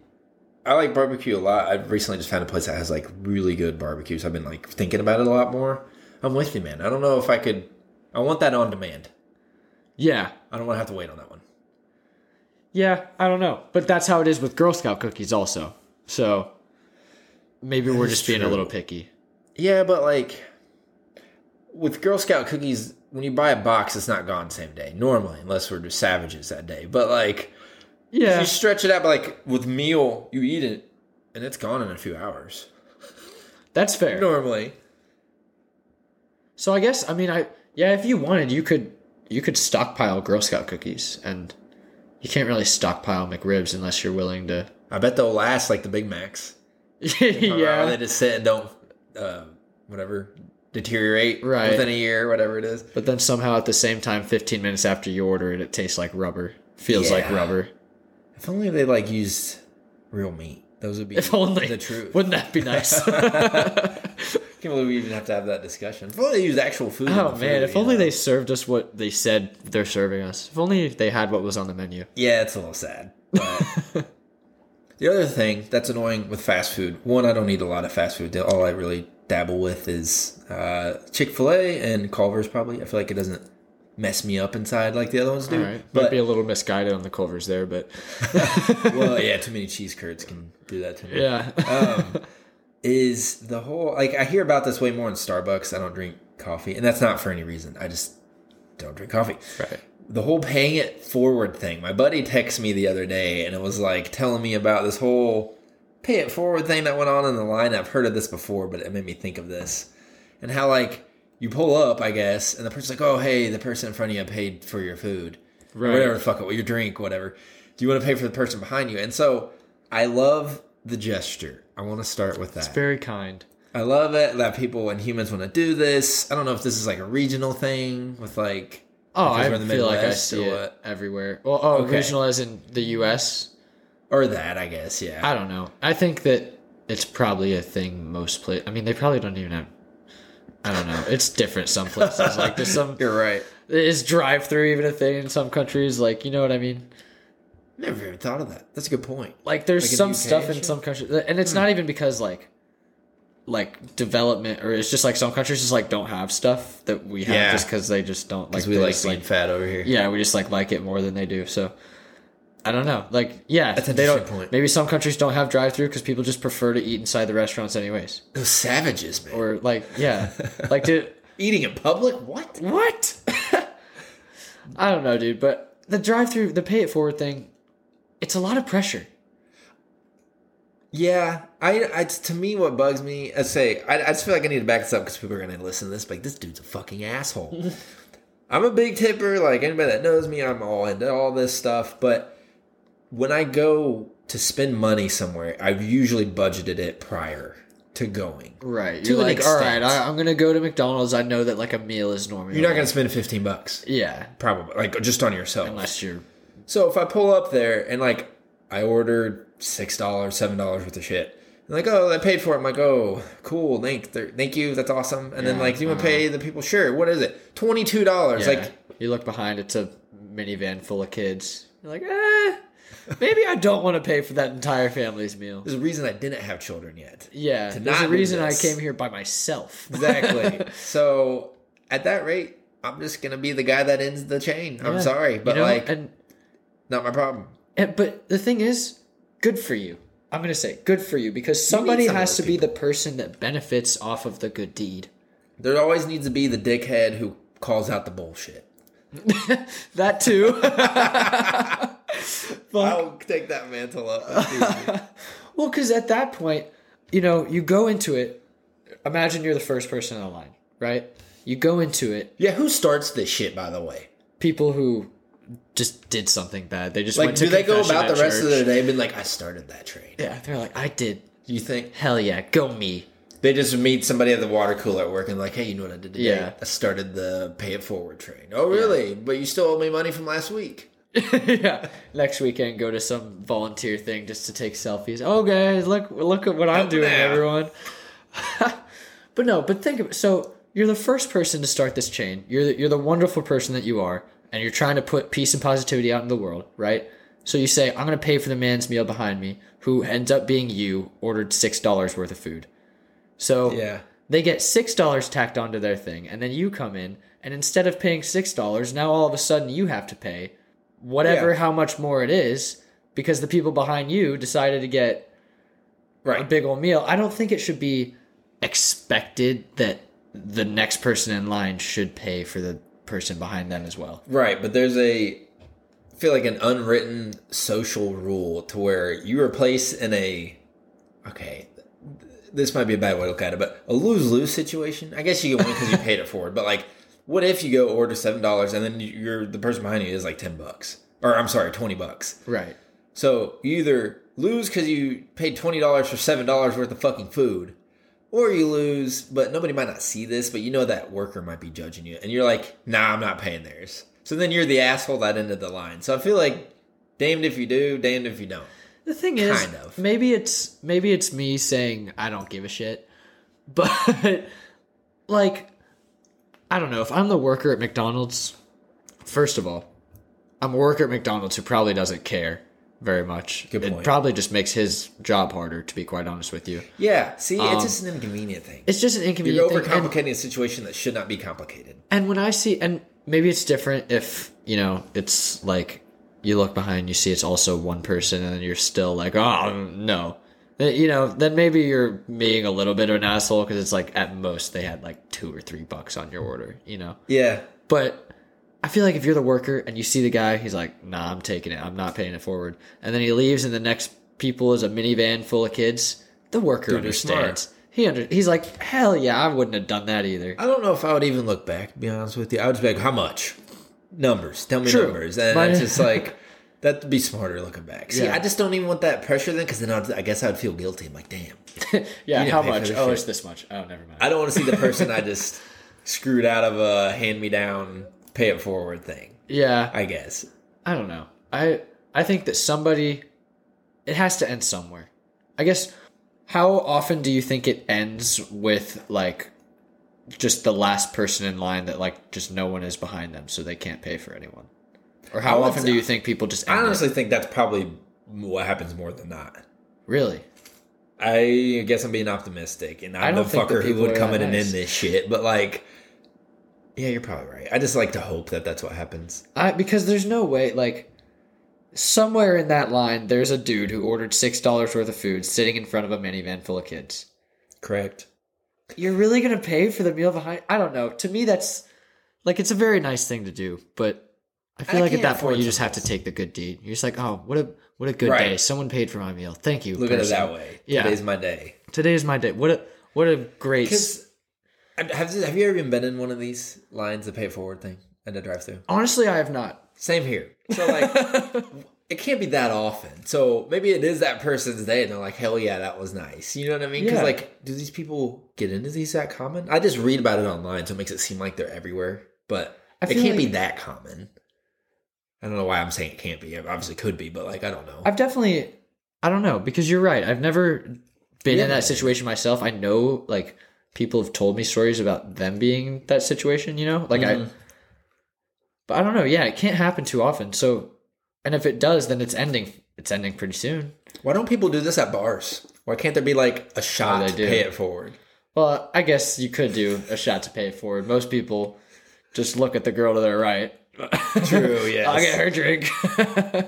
Speaker 1: I like barbecue a lot. I've recently just found a place that has like really good barbecues. I've been like thinking about it a lot more. I'm with you, man. I don't know if I could. I want that on demand.
Speaker 2: Yeah.
Speaker 1: I don't want to have to wait on that one.
Speaker 2: Yeah, I don't know. But that's how it is with Girl Scout cookies also. So maybe we're
Speaker 1: is
Speaker 2: just being a
Speaker 1: true.
Speaker 2: little picky.
Speaker 1: Yeah, but like with Girl Scout cookies, when you buy a box, it's not gone same day normally, unless we're just savages that day. But like if
Speaker 2: Yeah.
Speaker 1: you stretch it out, but like with meal, you eat it and it's gone in a few hours
Speaker 2: That's fair.
Speaker 1: normally.
Speaker 2: So I guess I mean I yeah, if you wanted you could you could stockpile Girl Scout cookies and you can't really stockpile McRibs unless you're willing to
Speaker 1: I bet they'll last like the Big Macs. Or they
Speaker 2: Yeah.
Speaker 1: just sit and don't uh, whatever deteriorate
Speaker 2: Right.
Speaker 1: within a year, whatever it is.
Speaker 2: But then somehow at the same time 15 minutes after you order it it tastes like rubber. Feels like
Speaker 1: Yeah.
Speaker 2: rubber.
Speaker 1: If only they like used real meat. Those would be
Speaker 2: If only
Speaker 1: the truth.
Speaker 2: Wouldn't that be nice?
Speaker 1: can't believe we even have to have that discussion. If only they used actual food. in
Speaker 2: Oh
Speaker 1: the
Speaker 2: man,
Speaker 1: food,
Speaker 2: if
Speaker 1: you
Speaker 2: only
Speaker 1: know?
Speaker 2: they served us what they said they're serving us. If only they had what was on the menu.
Speaker 1: Yeah, it's a little sad. but- the other thing that's annoying with fast food, one, I don't eat a lot of fast food. All I really dabble with is uh, Chick Fil A and Culver's. Probably, I feel like it doesn't mess me up inside like the other ones do.
Speaker 2: All right. Might
Speaker 1: But
Speaker 2: be a little misguided on the Culvers there, but
Speaker 1: well, yeah, too many cheese curds can do that to me.
Speaker 2: yeah.
Speaker 1: um, is the whole like I hear about this way more in Starbucks. I don't drink coffee, and that's not for any reason. I just don't drink coffee.
Speaker 2: right.
Speaker 1: The whole paying it forward thing. My buddy texted me the other day, and it was like telling me about this whole pay it forward thing that went on in the line. I've heard of this before, but it made me think of this and how like you pull up, I guess, and the person's like, "Oh, hey, the person in front of you paid for your food."
Speaker 2: Right.
Speaker 1: whatever the fuck it, your drink, whatever. Do you want to pay for the person behind you? And so I love the gesture. I want to start with that.
Speaker 2: Very kind.
Speaker 1: I love it that people and humans want to do this. I don't know if this is like a regional thing with like
Speaker 2: Oh,
Speaker 1: Because
Speaker 2: I
Speaker 1: we're
Speaker 2: feel
Speaker 1: in the
Speaker 2: like I
Speaker 1: Midwest or
Speaker 2: see it
Speaker 1: what?
Speaker 2: everywhere. Well, oh,
Speaker 1: Okay.
Speaker 2: regional as in the U.S.
Speaker 1: or that, I guess. Yeah.
Speaker 2: I don't know. I think that it's probably a thing most places. I mean, they probably don't even have. I don't know. It's different some places. like there's some
Speaker 1: You're right.
Speaker 2: is drive through even a thing in some countries. Like you know what I mean.
Speaker 1: Never even thought of that. That's a good point.
Speaker 2: like there's
Speaker 1: Like in the
Speaker 2: some
Speaker 1: UK
Speaker 2: stuff
Speaker 1: and
Speaker 2: in
Speaker 1: shit? Hmm.
Speaker 2: some countries and it's not even because like like development or it's just like some countries just like don't have stuff that we have
Speaker 1: Yeah.
Speaker 2: just because they just don't like
Speaker 1: Because we
Speaker 2: they
Speaker 1: like
Speaker 2: just,
Speaker 1: being fat over here.
Speaker 2: yeah we just like like it more than they do so i don't know like yeah
Speaker 1: That's an
Speaker 2: they don't
Speaker 1: interesting point.
Speaker 2: maybe some countries don't have drive through because people just prefer to eat inside the restaurants anyways
Speaker 1: Those savages, man.
Speaker 2: or like yeah like dude
Speaker 1: Eating in public? What?
Speaker 2: what i don't know dude but the drive through the pay it forward thing it's a lot of pressure
Speaker 1: Yeah, I, I it's- to me what bugs me. I say I, I just feel like I need to back this up because people are gonna listen to this. Like this dude's a fucking asshole. I'm a big tipper. Like anybody that knows me, I'm all into all this stuff. But when I go to spend money somewhere, I've usually budgeted it prior to going.
Speaker 2: Right.
Speaker 1: To
Speaker 2: You're
Speaker 1: an
Speaker 2: like, all right,
Speaker 1: extent.
Speaker 2: I, I'm going to go to McDonald's. I know that like a meal is normal.
Speaker 1: You're not gonna spend 15 bucks,
Speaker 2: Yeah.
Speaker 1: probably, like just on yourself.
Speaker 2: Unless you're.
Speaker 1: So if I pull up there and like I ordered six dollars, seven dollars worth of shit. And like, oh, I paid for it. I'm like, oh, cool, thank, th- thank you, that's awesome. And then
Speaker 2: Yeah,
Speaker 1: like, do you want
Speaker 2: uh,
Speaker 1: to pay the people? Sure. What is it? Twenty two dollars.
Speaker 2: Yeah.
Speaker 1: Like,
Speaker 2: you look behind, it's a minivan full of kids. You're like, eh, maybe I don't want to pay for that entire family's meal.
Speaker 1: there's a reason I didn't have children yet.
Speaker 2: Yeah.
Speaker 1: To
Speaker 2: There's
Speaker 1: not
Speaker 2: a
Speaker 1: do
Speaker 2: reason I
Speaker 1: this.
Speaker 2: came here by myself.
Speaker 1: Exactly. so at that rate, I'm just gonna be the guy that ends the chain. I'm
Speaker 2: Yeah.
Speaker 1: sorry,
Speaker 2: You
Speaker 1: but
Speaker 2: know,
Speaker 1: like,
Speaker 2: And,
Speaker 1: not my problem.
Speaker 2: and- but the thing is, good for you. I'm going to say good for you because somebody
Speaker 1: some of
Speaker 2: has
Speaker 1: those
Speaker 2: to be the person that benefits off of the good deed.
Speaker 1: There always needs to be the dickhead who calls out the bullshit.
Speaker 2: That too.
Speaker 1: I'll take that mantle up.
Speaker 2: Well, because at that point, you know, you go into it. Imagine you're the first person in the line, right? You go into it.
Speaker 1: yeah, who starts this shit? By the way.
Speaker 2: People who just did something bad. They just
Speaker 1: Like,
Speaker 2: went to
Speaker 1: do they go
Speaker 2: confession
Speaker 1: about
Speaker 2: at
Speaker 1: the rest of their
Speaker 2: church.
Speaker 1: day being like, I started that train?
Speaker 2: Yeah, they're like, I did.
Speaker 1: Do you think
Speaker 2: Hell yeah, go me.
Speaker 1: they just meet somebody at the water cooler at work and like, hey, you know what I did today?
Speaker 2: Yeah.
Speaker 1: I started the pay it forward train. Oh, really? But you still owe me money from last week.
Speaker 2: yeah. Next weekend, go to some volunteer thing just to take selfies. Oh, guys, look, look at what I'm doing,
Speaker 1: now.
Speaker 2: everyone. but no, but think of it. So you're the first person to start this chain. You're the, you're the wonderful person that you are, and you're trying to put peace and positivity out in the world, right? So you say, I'm going to pay for the man's meal behind me, who ends up being you, ordered six dollars worth of food. So They get six dollars tacked onto their thing, and then you come in, and instead of paying six dollars, now all of a sudden you have to pay whatever
Speaker 1: Yeah.
Speaker 2: how much more it is because the people behind you decided to get a
Speaker 1: Right.
Speaker 2: big old meal. I don't think it should be expected that the next person in line should pay for the person behind them as well.
Speaker 1: Right, but there's a I feel like an unwritten social rule to where you replace in a okay, th- this might be a bad way to look at it, but a lose lose situation. I guess you get one because you paid it forward, but like, what if you go order seven dollars and then you're the person behind you is like ten bucks, or I'm sorry, twenty bucks.
Speaker 2: Right.
Speaker 1: So you either lose because you paid twenty dollars for seven dollars worth of fucking food, or you lose, but nobody might not see this, but you know that worker might be judging you, and you're like, nah, I'm not paying theirs. So then you're the asshole that ended the line. So I feel like damned if you do, damned if you don't.
Speaker 2: The thing is,
Speaker 1: Kind of.
Speaker 2: maybe it's maybe it's me saying I don't give a shit, but like I don't know if I'm the worker at McDonald's. First of all, I'm a worker at McDonald's who probably doesn't care very much.
Speaker 1: Good
Speaker 2: It
Speaker 1: point.
Speaker 2: probably just makes his job harder, to be quite honest with you.
Speaker 1: Yeah, see, it's just an inconvenient thing.
Speaker 2: Um, It's just an
Speaker 1: You're
Speaker 2: inconvenient thing. and-
Speaker 1: overcomplicating a situation that should not be complicated.
Speaker 2: And when I see, and maybe it's different if, you know, it's like you look behind, you see it's also one person, and then you're still like, oh, no. Uh, You know, then maybe you're being a little bit of an asshole because it's like at most they had like two or three bucks on your order, you know?
Speaker 1: Yeah,
Speaker 2: But I feel like if you're the worker and you see the guy, he's like, nah, I'm taking it. I'm not paying it forward. And then he leaves, and the next people is a minivan full of kids. The worker
Speaker 1: you're smart.
Speaker 2: understands. He under- he's like, hell yeah, I wouldn't have done that either.
Speaker 1: I don't know if I would even look back. To be honest with you, I would just be like, "How much? Numbers. Tell me
Speaker 2: True.
Speaker 1: numbers." And
Speaker 2: My-
Speaker 1: it's just like that'd be smarter looking back. See,
Speaker 2: Yeah.
Speaker 1: I just don't even want that pressure then, because then I'd, I guess I'd feel guilty. I'm like, "Damn,
Speaker 2: Yeah,
Speaker 1: didn't
Speaker 2: how
Speaker 1: pay for
Speaker 2: much?
Speaker 1: this
Speaker 2: Oh,
Speaker 1: shit.
Speaker 2: it's this much. Oh, never mind.
Speaker 1: I don't want to see the person I just screwed out of a hand-me-down, pay it forward thing."
Speaker 2: yeah,
Speaker 1: I guess.
Speaker 2: I don't know. I I think that somebody it has to end somewhere. I guess how often do you think it ends with like just the last person in line that like just no one is behind them so they can't pay for anyone? Or
Speaker 1: I
Speaker 2: how
Speaker 1: would
Speaker 2: often do you think people just
Speaker 1: I
Speaker 2: end it?
Speaker 1: honestly think that's probably what happens more than not.
Speaker 2: Really?
Speaker 1: I guess I'm being optimistic, and I'm
Speaker 2: I don't
Speaker 1: the
Speaker 2: think that
Speaker 1: fucker who
Speaker 2: people
Speaker 1: would
Speaker 2: are
Speaker 1: come
Speaker 2: that
Speaker 1: in and end
Speaker 2: nice.
Speaker 1: this shit. But like, yeah, you're probably right. I just like to hope that that's what happens.
Speaker 2: I because there's no way like somewhere in that line there's a dude who ordered $6 worth of food sitting in front of a minivan full of kids.
Speaker 1: Correct.
Speaker 2: You're really gonna pay for the meal behind? I don't know. To me, that's like it's a very nice thing to do, but I feel
Speaker 1: I
Speaker 2: like at
Speaker 1: can't
Speaker 2: that point
Speaker 1: afford
Speaker 2: you just have to take the good deed. You're just like, oh, what a what a good
Speaker 1: Right.
Speaker 2: day! Someone paid for my meal. Thank you.
Speaker 1: Look at it
Speaker 2: person.
Speaker 1: that way.
Speaker 2: Yeah.
Speaker 1: Today's my day.
Speaker 2: Today is my day. What a what a great.
Speaker 1: Because have, have you ever even been in one of these lines, the pay it forward thing at a drive through?
Speaker 2: Honestly, I have not.
Speaker 1: Same here. So, like, it can't be that often. So maybe it is that person's day and they're like, hell yeah, that was nice. You know what I mean? Because,
Speaker 2: Yeah.
Speaker 1: like, do these people get into these that common? I just read about it online, so it makes it seem like they're everywhere, but
Speaker 2: I
Speaker 1: it
Speaker 2: feel
Speaker 1: can't be
Speaker 2: like-
Speaker 1: that common. I don't know why I'm saying it can't be. It obviously could be, but, like, I don't know.
Speaker 2: I've definitely. I don't know because you're right. I've never been in
Speaker 1: Yeah.
Speaker 2: that situation myself. I know like people have told me stories about them being in that situation. You know, like I.
Speaker 1: Mhm.
Speaker 2: But I don't know. Yeah, it can't happen too often. So, and if it does, then it's ending. It's ending pretty soon.
Speaker 1: Why don't people do this at bars? Why can't there be, like, a shot
Speaker 2: Oh, they
Speaker 1: to
Speaker 2: do.
Speaker 1: pay it forward?
Speaker 2: Well, I guess you could do a shot to pay it forward. Most people just look at the girl to their right.
Speaker 1: True, yes.
Speaker 2: I'll get her drink.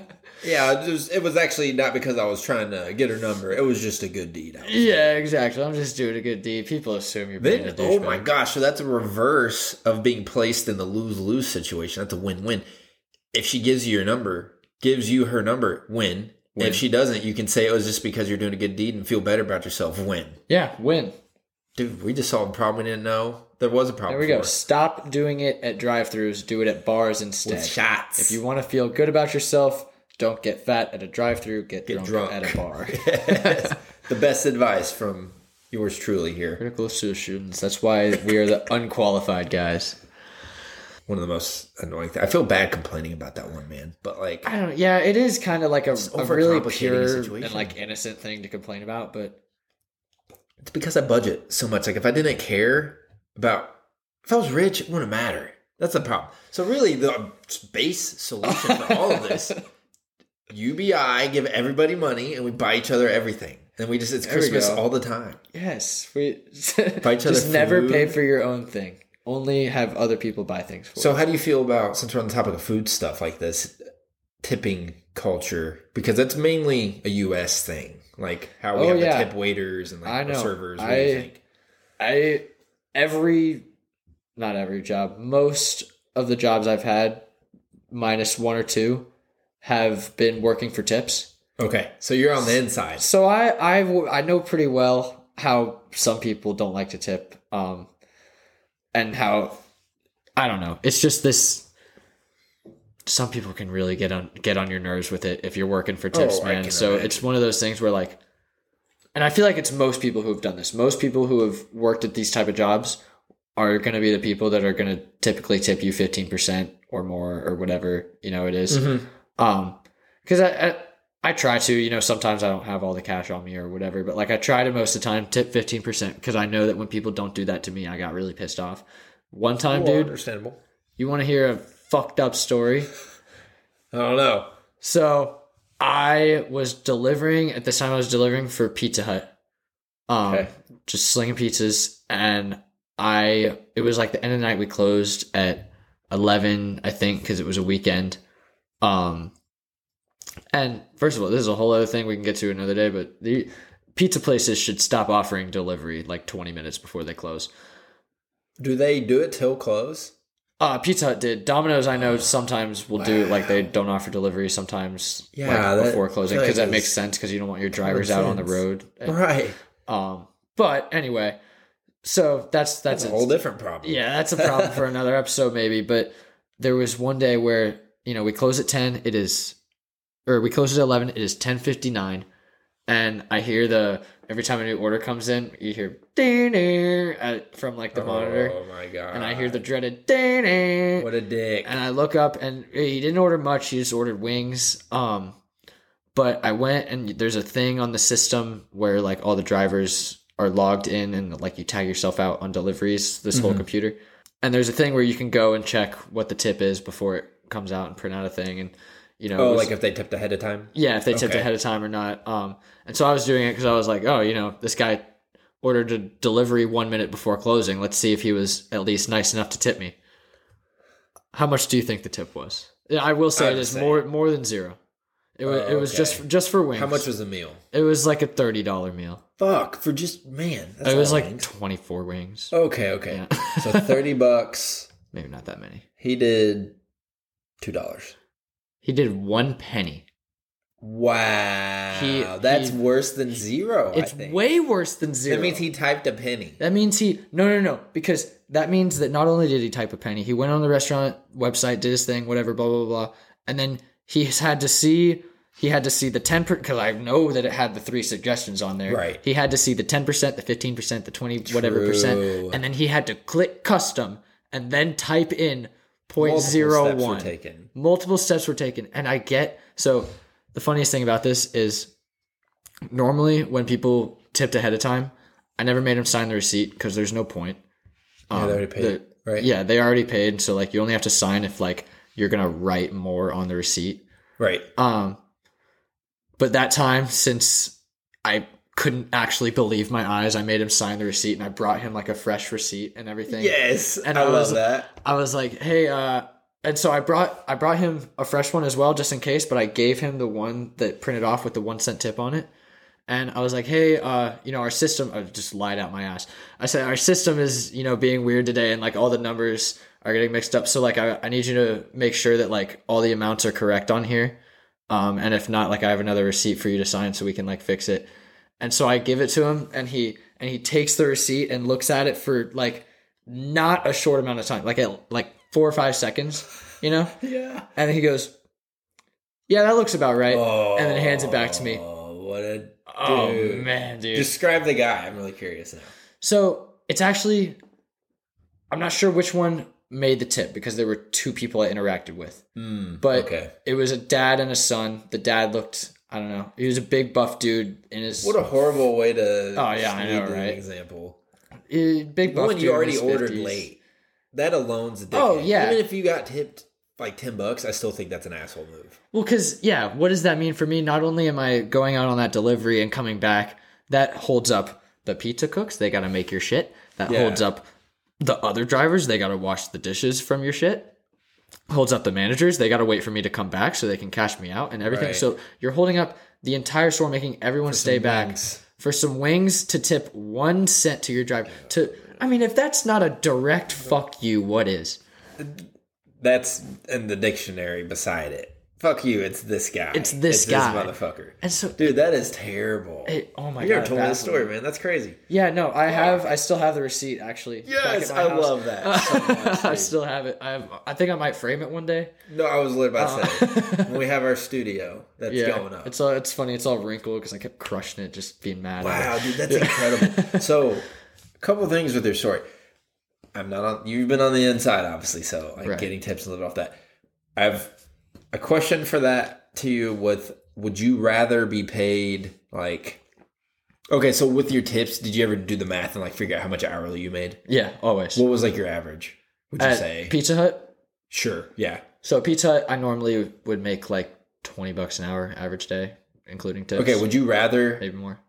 Speaker 1: Yeah, it was, it was actually not because I was trying to get her number. It was just a good deed. I was-
Speaker 2: yeah, exactly. I'm just doing a good deed. People assume you're being a
Speaker 1: Then, oh
Speaker 2: douchebag.
Speaker 1: my gosh, so that's a reverse of being placed in the lose lose situation. That's a win win. If she gives you your number, gives you her number, win.
Speaker 2: Win.
Speaker 1: If she doesn't, you can say it was just because you're doing a good deed and feel better about yourself, win.
Speaker 2: Yeah, win.
Speaker 1: Dude, we just solved a problem we didn't know. There was a problem.
Speaker 2: There we go.
Speaker 1: for us.
Speaker 2: Stop doing it at drive-throughs. Do it at bars instead.
Speaker 1: With shots.
Speaker 2: If you want to feel good about yourself, don't get fat at a drive-through. Get, drunk,
Speaker 1: drunk.
Speaker 2: at a bar.
Speaker 1: the best advice from yours truly here.
Speaker 2: Critical suicide students. That's why we are the unqualified guys.
Speaker 1: One of the most annoying things. I feel bad complaining about that one, man. But like
Speaker 2: I don't. Yeah, it is kind of like a, a really
Speaker 1: overcomplicating
Speaker 2: pure
Speaker 1: situation.
Speaker 2: and like innocent thing to complain about, but
Speaker 1: It's because I budget so much. Like if I didn't care about if I was rich, it wouldn't matter. That's the problem. So really, the base solution for all of this: UBI, give everybody money, and we buy each other everything. And we just it's
Speaker 2: There we
Speaker 1: Christmas
Speaker 2: go.
Speaker 1: all the time.
Speaker 2: Yes, we
Speaker 1: other
Speaker 2: just never pay
Speaker 1: food.
Speaker 2: for your own thing. Only have other people buy things for.
Speaker 1: So how do you feel about since we're on the topic of food stuff like this tipping culture because that's mainly a US thing. Like how we
Speaker 2: Oh,
Speaker 1: have
Speaker 2: yeah.
Speaker 1: to tip waiters and like
Speaker 2: I
Speaker 1: our
Speaker 2: know.
Speaker 1: servers. What do you
Speaker 2: I-
Speaker 1: think?
Speaker 2: I every not every job, most of the jobs I've had, minus one or two, have been working for tips.
Speaker 1: Okay, so you're on the inside.
Speaker 2: So I I w- I know pretty well how some people don't like to tip, um, and how I don't know. It's just this. Some people can really get on get on your nerves with it if you're working for tips,
Speaker 1: Oh, I
Speaker 2: man.
Speaker 1: can
Speaker 2: So it's one of those things where like, and I feel like it's most people who have done this. Most people who have worked at these type of jobs are going to be the people that are going to typically tip you fifteen percent or more or whatever you know it is
Speaker 1: Mhm.
Speaker 2: um because I, I i try to you know sometimes i don't have all the cash on me or whatever but like i try to most of the time tip 15% because i know that when people don't do that to me i got really pissed off one time
Speaker 1: Well,
Speaker 2: dude
Speaker 1: understandable.
Speaker 2: you want to hear a fucked up story
Speaker 1: I don't know.
Speaker 2: so i was delivering at this time i was delivering for pizza hut um
Speaker 1: Okay.
Speaker 2: just slinging pizzas and i it was like the end of the night we closed at 11 i think because it was a weekend um and first of all this is a whole other thing we can get to another day but the pizza places should stop offering delivery like 20 minutes before they close
Speaker 1: Do they do it till close?
Speaker 2: uh pizza hut did domino's i
Speaker 1: Oh,
Speaker 2: know sometimes will do it like they don't offer delivery sometimes
Speaker 1: Yeah,
Speaker 2: like,
Speaker 1: that-
Speaker 2: before
Speaker 1: I
Speaker 2: closing
Speaker 1: feel
Speaker 2: because
Speaker 1: like
Speaker 2: that makes
Speaker 1: it's
Speaker 2: sense because you don't want your drivers out on the
Speaker 1: sense.
Speaker 2: road
Speaker 1: Right.
Speaker 2: um but anyway so that's that's,
Speaker 1: That's a
Speaker 2: it.
Speaker 1: whole different problem.
Speaker 2: Yeah, that's a problem for another episode, maybe. But there was one day where you know we close at ten. It is, or we close at eleven. It is ten fifty nine, and I hear the every time a new order comes in, you hear ding at from like the monitor,
Speaker 1: Oh my god.
Speaker 2: and I hear the dreaded ding
Speaker 1: what a dick.
Speaker 2: and I look up and he didn't order much. He just ordered wings. Um, but I went and there's a thing on the system where like all the drivers are logged in and like you tag yourself out on deliveries. This whole
Speaker 1: Mhm.
Speaker 2: computer, and there's a thing where you can go and check what the tip is before it comes out and print out a thing and you know it
Speaker 1: oh,
Speaker 2: was-
Speaker 1: like if they tipped ahead of time.
Speaker 2: yeah, if they tipped
Speaker 1: Okay.
Speaker 2: ahead of time or not. Um, and so I was doing it because I was like, oh, you know, this guy ordered a delivery one minute before closing. Let's see if he was at least nice enough to tip me. How much do you think the tip was? Yeah, I will say
Speaker 1: I
Speaker 2: it
Speaker 1: would
Speaker 2: is
Speaker 1: say-
Speaker 2: more more than zero. It was it was just
Speaker 1: Okay.
Speaker 2: just for wings.
Speaker 1: How much was the meal?
Speaker 2: it was like a thirty dollar meal.
Speaker 1: Fuck for just man. That's
Speaker 2: it was
Speaker 1: all
Speaker 2: like
Speaker 1: wings.
Speaker 2: twenty four wings.
Speaker 1: okay, okay.
Speaker 2: Yeah,
Speaker 1: so thirty bucks.
Speaker 2: maybe not that many.
Speaker 1: He did two dollars.
Speaker 2: He did one penny.
Speaker 1: Wow,
Speaker 2: He-
Speaker 1: that's
Speaker 2: he-
Speaker 1: worse than zero. Oh, I
Speaker 2: It's
Speaker 1: think.
Speaker 2: way worse than zero.
Speaker 1: That means he typed a penny.
Speaker 2: That means he no no no because that means that not only did he type a penny, he went on the restaurant website, did his thing, whatever, blah blah blah, and then he has had to see he had to see the ten percent because I know that it had the three suggestions on there.
Speaker 1: Right.
Speaker 2: He had to see the ten percent, the fifteen percent, the twenty whatever
Speaker 1: True.
Speaker 2: percent, and then he had to click custom and then type in point
Speaker 1: Multiple
Speaker 2: zero
Speaker 1: steps were
Speaker 2: one.
Speaker 1: taken.
Speaker 2: Multiple steps were taken, and I get so. The funniest thing about this is normally when people tipped ahead of time, I never made them sign the receipt because there's no point.
Speaker 1: yeah,
Speaker 2: Um,
Speaker 1: they already paid.
Speaker 2: the-
Speaker 1: right.
Speaker 2: Yeah, they already paid. So like, you only have to sign if like you're gonna write more on the receipt.
Speaker 1: Right.
Speaker 2: Um, but that time since I couldn't actually believe my eyes, I made him sign the receipt and I brought him like a fresh receipt and everything.
Speaker 1: Yes,
Speaker 2: And
Speaker 1: I,
Speaker 2: I was-
Speaker 1: love that.
Speaker 2: I was like, hey, uh, and so I brought I brought him a fresh one as well, just in case. But I gave him the one that printed off with the one cent tip on it, and I was like, hey, uh, you know, our system. I just lied out my ass. I said our system is you know being weird today, and like all the numbers are getting mixed up. So like I, I need you to make sure that like all the amounts are correct on here. Um, and if not, like I have another receipt for you to sign so we can like fix it. And so I give it to him and he and he takes the receipt and looks at it for like not a short amount of time, like at like four or five seconds, you know?
Speaker 1: Yeah.
Speaker 2: And he goes, Yeah, that looks about right.
Speaker 1: Oh,
Speaker 2: And then hands it back to me.
Speaker 1: What a dude.
Speaker 2: Oh man, dude.
Speaker 1: Describe the guy. I'm really curious now.
Speaker 2: so it's actually I'm not sure which one made the tip because there were two people I interacted with.
Speaker 1: Mm,
Speaker 2: But
Speaker 1: okay.
Speaker 2: it was a dad and a son. The dad looked I don't know. He was a big buff dude in his
Speaker 1: What a horrible way to.
Speaker 2: Oh, yeah, I know,
Speaker 1: lead an
Speaker 2: right?
Speaker 1: Example.
Speaker 2: Eh, big buff
Speaker 1: One,
Speaker 2: dude
Speaker 1: you
Speaker 2: in
Speaker 1: already
Speaker 2: his
Speaker 1: ordered
Speaker 2: 50s.
Speaker 1: late. That alone's a dickhead.
Speaker 2: Oh, yeah.
Speaker 1: Even if you got tipped like ten bucks, I still think that's an asshole move.
Speaker 2: Well, because yeah, what does that mean for me? Not only am I going out on that delivery and coming back, that holds up the pizza cooks. They got to make your shit. That
Speaker 1: Yeah.
Speaker 2: holds up the other drivers. They got to wash the dishes from your shit. Holds up the managers. They got to wait for me to come back so they can cash me out and everything.
Speaker 1: Right.
Speaker 2: So you're holding up the entire store, making everyone stay back
Speaker 1: wings.
Speaker 2: for some wings to tip one cent to your driver. To I mean, if that's not a direct fuck you, what is?
Speaker 1: That's in the dictionary beside it. Fuck you. It's this guy.
Speaker 2: It's this guy.
Speaker 1: motherfucker.
Speaker 2: And so,
Speaker 1: Dude, that is terrible.
Speaker 2: it, oh my
Speaker 1: you
Speaker 2: god,
Speaker 1: never told me
Speaker 2: baffling.
Speaker 1: this story, man. That's crazy.
Speaker 2: Yeah, no, I have. I still have the receipt actually. back
Speaker 1: Yes,
Speaker 2: at my
Speaker 1: I
Speaker 2: house.
Speaker 1: love that. So much,
Speaker 2: I
Speaker 1: dude.
Speaker 2: still have it. I have, I think I might frame it one day.
Speaker 1: no, I was literally about to say when we have our studio that's going up.
Speaker 2: Uh. It's all, it's funny. It's all wrinkled because I kept crushing it, just being mad. at
Speaker 1: Wow, dude, that's incredible. So, a couple things with your story. I'm not on. You've been on the inside, obviously, so like
Speaker 2: Right.
Speaker 1: getting tips and living off that. I have a question for that to you. With would you rather be paid like? Okay, so with your tips, did you ever do the math and like figure out how much hourly you made?
Speaker 2: it. Yeah, always.
Speaker 1: What was like your average? Would you
Speaker 2: At
Speaker 1: say?
Speaker 2: Pizza Hut.
Speaker 1: sure. Yeah.
Speaker 2: So at Pizza Hut, I normally would make like twenty bucks an hour average day, including tips.
Speaker 1: Okay. Would you rather?
Speaker 2: maybe more.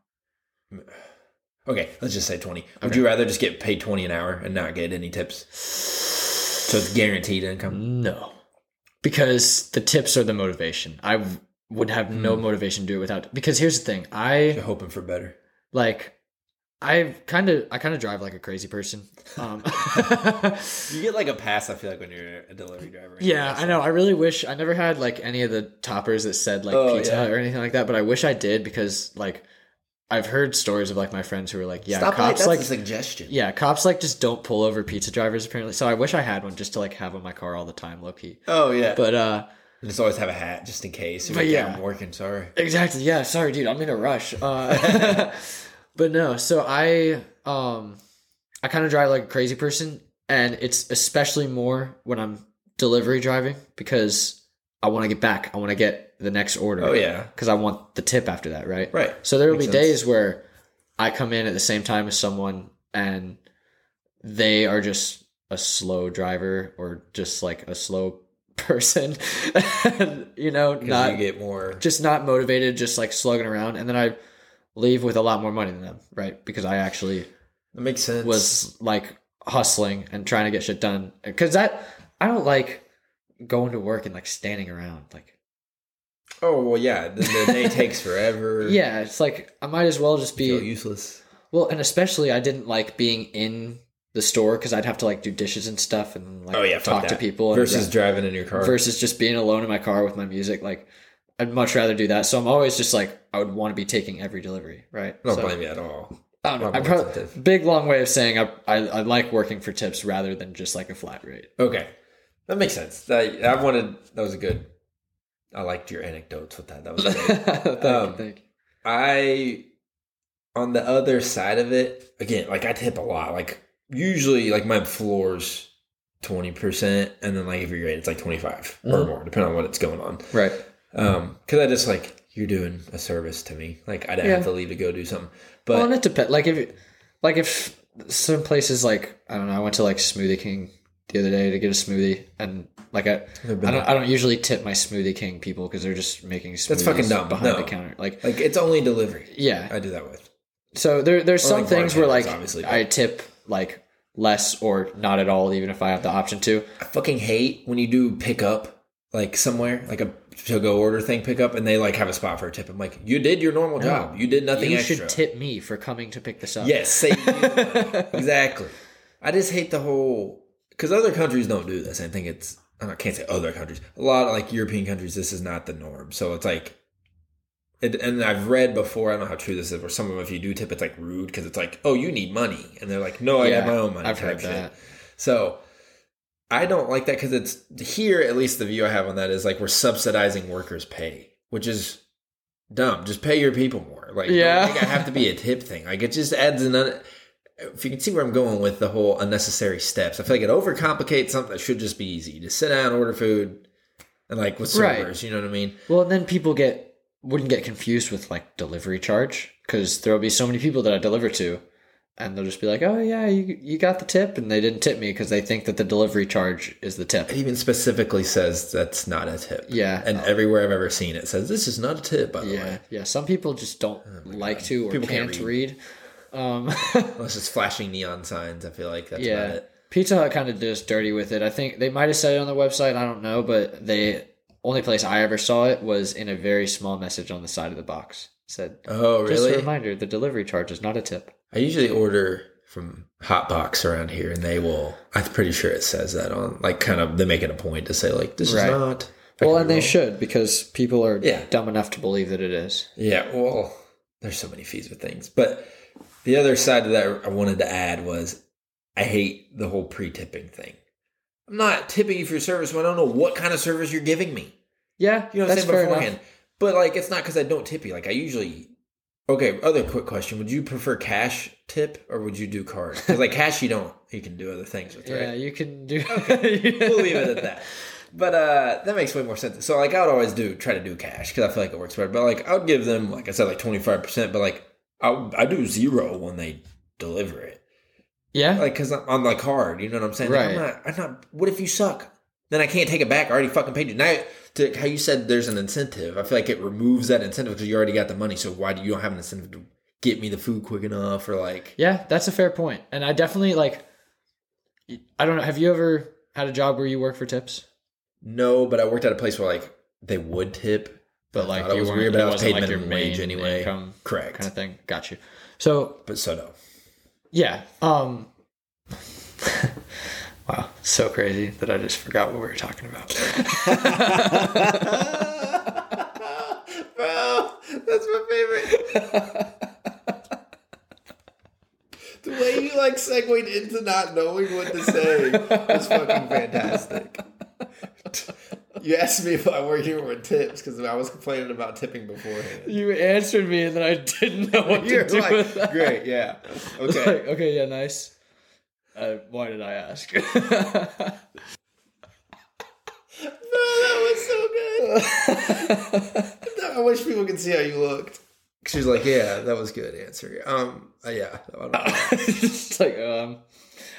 Speaker 1: Okay, let's just say 20. Would you rather just get paid 20 an hour and not get any tips? So it's guaranteed
Speaker 2: Mm.
Speaker 1: income.
Speaker 2: No, because the tips are the motivation. I w- would have
Speaker 1: Hmm.
Speaker 2: no motivation to do it without. Because here's the thing, I
Speaker 1: You're hoping for better.
Speaker 2: like. I kind of I kind of drive like a crazy person. Um,
Speaker 1: You get like a pass, I feel like, when you're a delivery driver.
Speaker 2: Yeah, I know. I really wish I never had like any of the toppers that said like
Speaker 1: Oh,
Speaker 2: pizza
Speaker 1: yeah.
Speaker 2: Hut or anything like that, but I wish I did because like I've heard stories of like my friends who were like, yeah,
Speaker 1: Stop
Speaker 2: cops like
Speaker 1: suggestion.
Speaker 2: yeah, cops like just don't pull over pizza drivers apparently. So I wish I had one just to like have on my car all the time, low key.
Speaker 1: Oh, yeah. But
Speaker 2: But uh
Speaker 1: just always have a hat just in case. You're
Speaker 2: But
Speaker 1: like, yeah.
Speaker 2: yeah.
Speaker 1: I'm working, sorry.
Speaker 2: Exactly. Yeah. Sorry, dude. I'm in a rush. Uh, but no. So I, um, I kind of drive like a crazy person, and it's especially more when I'm delivery driving because I want to get back. I want to get the next order.
Speaker 1: Oh, yeah.
Speaker 2: Because I want the tip after that, right?
Speaker 1: Right.
Speaker 2: So there will be
Speaker 1: Makes sense.
Speaker 2: days where I come in at the same time as someone, and they are just a slow driver or just like a slow person, you know,
Speaker 1: 'Cause
Speaker 2: not
Speaker 1: you get more.
Speaker 2: just not motivated, just like slugging around, and then I leave with a lot more money than them, right? Because I actually
Speaker 1: That makes sense.
Speaker 2: was like hustling and trying to get shit done. Because that I don't like going to work and like standing around. Like,
Speaker 1: oh, well, yeah. The, the day takes forever.
Speaker 2: yeah, it's like I might as well just
Speaker 1: Feel
Speaker 2: be
Speaker 1: useless.
Speaker 2: well, and especially I didn't like being in the store because I'd have to like do dishes and stuff and like
Speaker 1: Oh, yeah. Fuck
Speaker 2: talk to
Speaker 1: that.
Speaker 2: people and-
Speaker 1: Versus driving in your car.
Speaker 2: versus just being alone in my car with my music. Like, I'd much rather do that. So I'm always just like I would want to be taking every delivery, right?
Speaker 1: I don't
Speaker 2: So-
Speaker 1: blame you at all.
Speaker 2: I don't know.
Speaker 1: Probably
Speaker 2: I prob-
Speaker 1: incentive.
Speaker 2: big long way of saying I, I I like working for tips rather than just like a flat rate.
Speaker 1: Okay, that makes sense. I, I wanted that was a good. I liked your anecdotes with that. That was great.
Speaker 2: Thank you,
Speaker 1: Um,
Speaker 2: thank you.
Speaker 1: I on the other side of it again. Like I tip a lot. Like usually, like my floors twenty percent, and then like if you're great, it's like twenty or
Speaker 2: Mhm.
Speaker 1: more, depending on what it's going on.
Speaker 2: Right.
Speaker 1: Um, because I just like you're doing a service to me. Like I'd
Speaker 2: Yeah.
Speaker 1: have to leave to go do something,
Speaker 2: Well,
Speaker 1: but
Speaker 2: and it depends. Like if like if some places like I don't know. I went to like Smoothie King the other day to get a smoothie, and like I
Speaker 1: They're
Speaker 2: I
Speaker 1: bad.
Speaker 2: don't I don't usually tip my Smoothie King people because they're just making smoothies
Speaker 1: That's fucking dumb.
Speaker 2: behind
Speaker 1: No.
Speaker 2: the counter. Like
Speaker 1: like it's only delivery.
Speaker 2: yeah,
Speaker 1: I do that with.
Speaker 2: So there, there's
Speaker 1: Or,
Speaker 2: some
Speaker 1: like,
Speaker 2: things where like
Speaker 1: bartenders, obviously, but-
Speaker 2: I tip like less or not at all, even if I have the option to.
Speaker 1: I fucking hate when you do pick up like somewhere, like a to go order thing pick up, and they like have a spot for a tip. I'm like, you did your normal job. You did nothing
Speaker 2: You
Speaker 1: extra.
Speaker 2: should tip me for coming to pick this up.
Speaker 1: yes, save you money. exactly. I just hate the whole because other countries don't do this. I think it's I don't- can't say other countries. A lot of like European countries, this is not the norm. So it's like. It, and I've read before, I don't know how true this is, where some of them, if you do tip, it's like rude because it's like, oh, you need money. And they're like, no, I
Speaker 2: Yeah,
Speaker 1: got Oh, my own money.
Speaker 2: I've heard
Speaker 1: type shit.
Speaker 2: that.
Speaker 1: So I don't like that because it's here, at least the view I have on that is like we're subsidizing workers' pay, which is dumb. Just pay your people more. Like,
Speaker 2: Yeah.
Speaker 1: yeah, I have to be a tip thing. Like, it just adds another. If you can see where I'm going with the whole unnecessary steps, I feel like it overcomplicates something that should just be easy. Just sit down, order food, and like with
Speaker 2: Right.
Speaker 1: servers, you know what I mean?
Speaker 2: Well, and then people get wouldn't get confused with like delivery charge because there will be so many people that I deliver to, and they'll just be like, "Oh yeah, you you got the tip," and they didn't tip me because they think that the delivery charge is the tip.
Speaker 1: It even specifically says that's not a tip.
Speaker 2: Yeah.
Speaker 1: And everywhere I've ever seen it says this is not a tip, by the
Speaker 2: Yeah,
Speaker 1: way.
Speaker 2: yeah. Some people just don't like to or
Speaker 1: Oh People can't
Speaker 2: can't, read. Um,
Speaker 1: Unless it's flashing neon signs. I feel like that's about
Speaker 2: yeah,
Speaker 1: it.
Speaker 2: Pizza Hut kind of did us dirty with it. I think they might have said it on their website. I don't know, but they only place I ever saw it was in a very small message on the side of the box. It said,
Speaker 1: Oh
Speaker 2: "Just a
Speaker 1: really?
Speaker 2: reminder: the delivery charge is not a tip."
Speaker 1: I usually order from Hotbox around here and they will I'm pretty sure it says that on like kind of they make it a point to say like this
Speaker 2: Right.
Speaker 1: is not I
Speaker 2: Well,
Speaker 1: could
Speaker 2: and
Speaker 1: be
Speaker 2: they
Speaker 1: wrong.
Speaker 2: should because people are
Speaker 1: Yeah.
Speaker 2: dumb enough to believe that it is.
Speaker 1: Yeah, well, there's so many fees with things. But the other side of that I wanted to add was I hate the whole pre tipping thing. I'm not tipping you for your service when I don't know what kind of service you're giving me.
Speaker 2: Yeah,
Speaker 1: You know what
Speaker 2: that's
Speaker 1: I'm
Speaker 2: fair
Speaker 1: saying?
Speaker 2: enough.
Speaker 1: Beforehand. But like, it's not because I don't tip you. Like, I usually. Okay, other quick question. Would you prefer cash tip or would you do card? Because like cash, you don't. You can do other things with,
Speaker 2: Yeah,
Speaker 1: right?
Speaker 2: you can do.
Speaker 1: we'll leave it at that. But uh, that makes way more sense. So like I would always do try to do cash because I feel like it works better. But like I would give them like I said like twenty five percent. But like I I do zero when they deliver it.
Speaker 2: Yeah,
Speaker 1: Like because I'm, I'm like hard. You know what I'm saying? Like, I'm
Speaker 2: Right.
Speaker 1: not. I'm not. What if you suck? Then I can't take it back. I already fucking paid you. Now to how you said there's an incentive. I feel like it removes that incentive because you already got the money. So why do you don't have an incentive to get me the food quick enough or like?
Speaker 2: yeah, that's a fair point. And I definitely like. I don't know. Have you ever had a job where you work for tips?
Speaker 1: No, but I worked at a place where like they would tip.
Speaker 2: But
Speaker 1: I
Speaker 2: like
Speaker 1: thought it
Speaker 2: you
Speaker 1: was
Speaker 2: weren't-
Speaker 1: weird, but
Speaker 2: it
Speaker 1: I was
Speaker 2: wasn't,
Speaker 1: paid
Speaker 2: like, your
Speaker 1: minimum wage
Speaker 2: main
Speaker 1: anyway.
Speaker 2: income
Speaker 1: Correct.
Speaker 2: kind of thing. Got you. So
Speaker 1: But so no.
Speaker 2: yeah, um, wow, so crazy that I just forgot what we were talking about.
Speaker 1: Bro, that's my favorite. the way you like segued into not knowing what to say was fucking fantastic. You asked me if I worked here with tips because I was complaining about tipping beforehand.
Speaker 2: you answered me, and then I didn't know what
Speaker 1: You're
Speaker 2: to do
Speaker 1: like,
Speaker 2: with that.
Speaker 1: great, yeah. Okay.
Speaker 2: Like, okay, yeah, nice. Uh, why did I ask?
Speaker 1: No, that was so good. I wish people could see how you looked. She was like, "Yeah, that was good answer." Um, uh, yeah, I don't know.
Speaker 2: It's like um,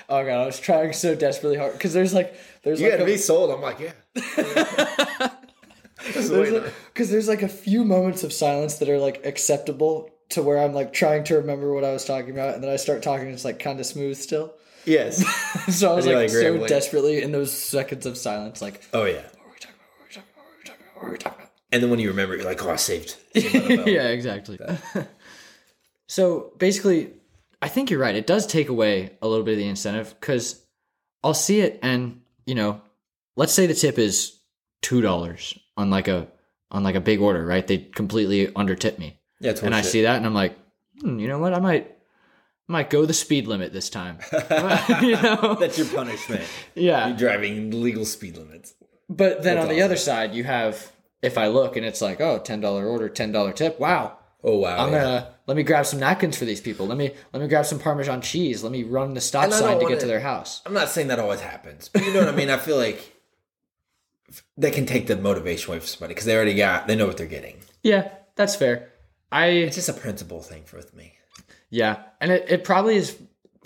Speaker 2: oh god, I was trying so desperately hard because there's like there's
Speaker 1: you
Speaker 2: like
Speaker 1: had
Speaker 2: a-
Speaker 1: me sold. I'm like, yeah. This is way
Speaker 2: there's
Speaker 1: nice.
Speaker 2: because there's like a few moments of silence that are like acceptable to where I'm like trying to remember what I was talking about, and then I start talking, and it's like kind of smooth still.
Speaker 1: yes.
Speaker 2: So I was
Speaker 1: you're
Speaker 2: like
Speaker 1: like, great,
Speaker 2: so
Speaker 1: wait.
Speaker 2: desperately in those seconds of silence, like
Speaker 1: Oh yeah.
Speaker 2: what are we talking about? What are we talking about? What are we talking about? What are we talking about?
Speaker 1: And then when you remember, you're like, "Oh, I saved." saved my bell."
Speaker 2: yeah, exactly. so basically, I think you're right. It does take away a little bit of the incentive because I'll see it, and you know, let's say the tip is two dollars on like a on like a big order, right? They completely under tip me,
Speaker 1: yeah. It's
Speaker 2: and I
Speaker 1: horseshit.
Speaker 2: see that, and I'm like, hmm, you know what? I might I might go the speed limit this time. you know?
Speaker 1: that's your punishment.
Speaker 2: Yeah,
Speaker 1: You're driving legal speed limits.
Speaker 2: But then on the other side, you have if I look and it's like, oh, ten dollar order, ten dollar tip. Wow,
Speaker 1: Oh wow.
Speaker 2: I'm
Speaker 1: yeah.
Speaker 2: gonna let me grab some napkins for these people. Let me let me grab some Parmesan cheese. Let me run the stop
Speaker 1: And I
Speaker 2: sign
Speaker 1: don't
Speaker 2: to get
Speaker 1: wanna-
Speaker 2: to their house.
Speaker 1: I'm not saying that always happens, but you know what I mean. I feel like that can take the motivation away from somebody because they already got. They know what they're getting.
Speaker 2: Yeah, that's fair. I
Speaker 1: It's just a principle thing for with me.
Speaker 2: yeah, and it, it probably is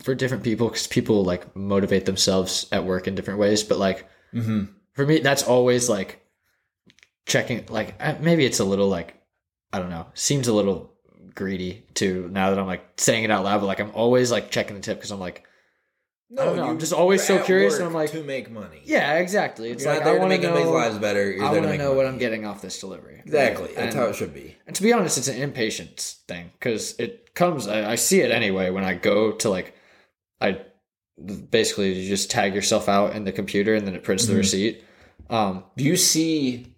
Speaker 2: for different people because people like motivate themselves at work in different ways. But like for me, that's always like checking. Like uh, maybe it's a little like I don't know. Seems a little greedy too. Now that I'm like saying it out loud, but like I'm always like checking the tip because I'm like.
Speaker 1: No,
Speaker 2: don't know, I'm just always so curious, and I'm like-
Speaker 1: to make money.
Speaker 2: Yeah, exactly. It's
Speaker 1: You're not
Speaker 2: like
Speaker 1: there
Speaker 2: I
Speaker 1: to
Speaker 2: want to
Speaker 1: make anybody's
Speaker 2: know.
Speaker 1: lives better. You're
Speaker 2: I
Speaker 1: there
Speaker 2: want
Speaker 1: to
Speaker 2: to
Speaker 1: make
Speaker 2: know what
Speaker 1: money.
Speaker 2: I'm getting off this delivery. right?
Speaker 1: Exactly. That's
Speaker 2: And,
Speaker 1: how it should be.
Speaker 2: and to be honest, it's an impatience thing because it comes. I, I see it anyway when I go to like, I basically you just tag yourself out in the computer and then it prints the
Speaker 1: Mm-hmm.
Speaker 2: receipt. Um,
Speaker 1: Do you see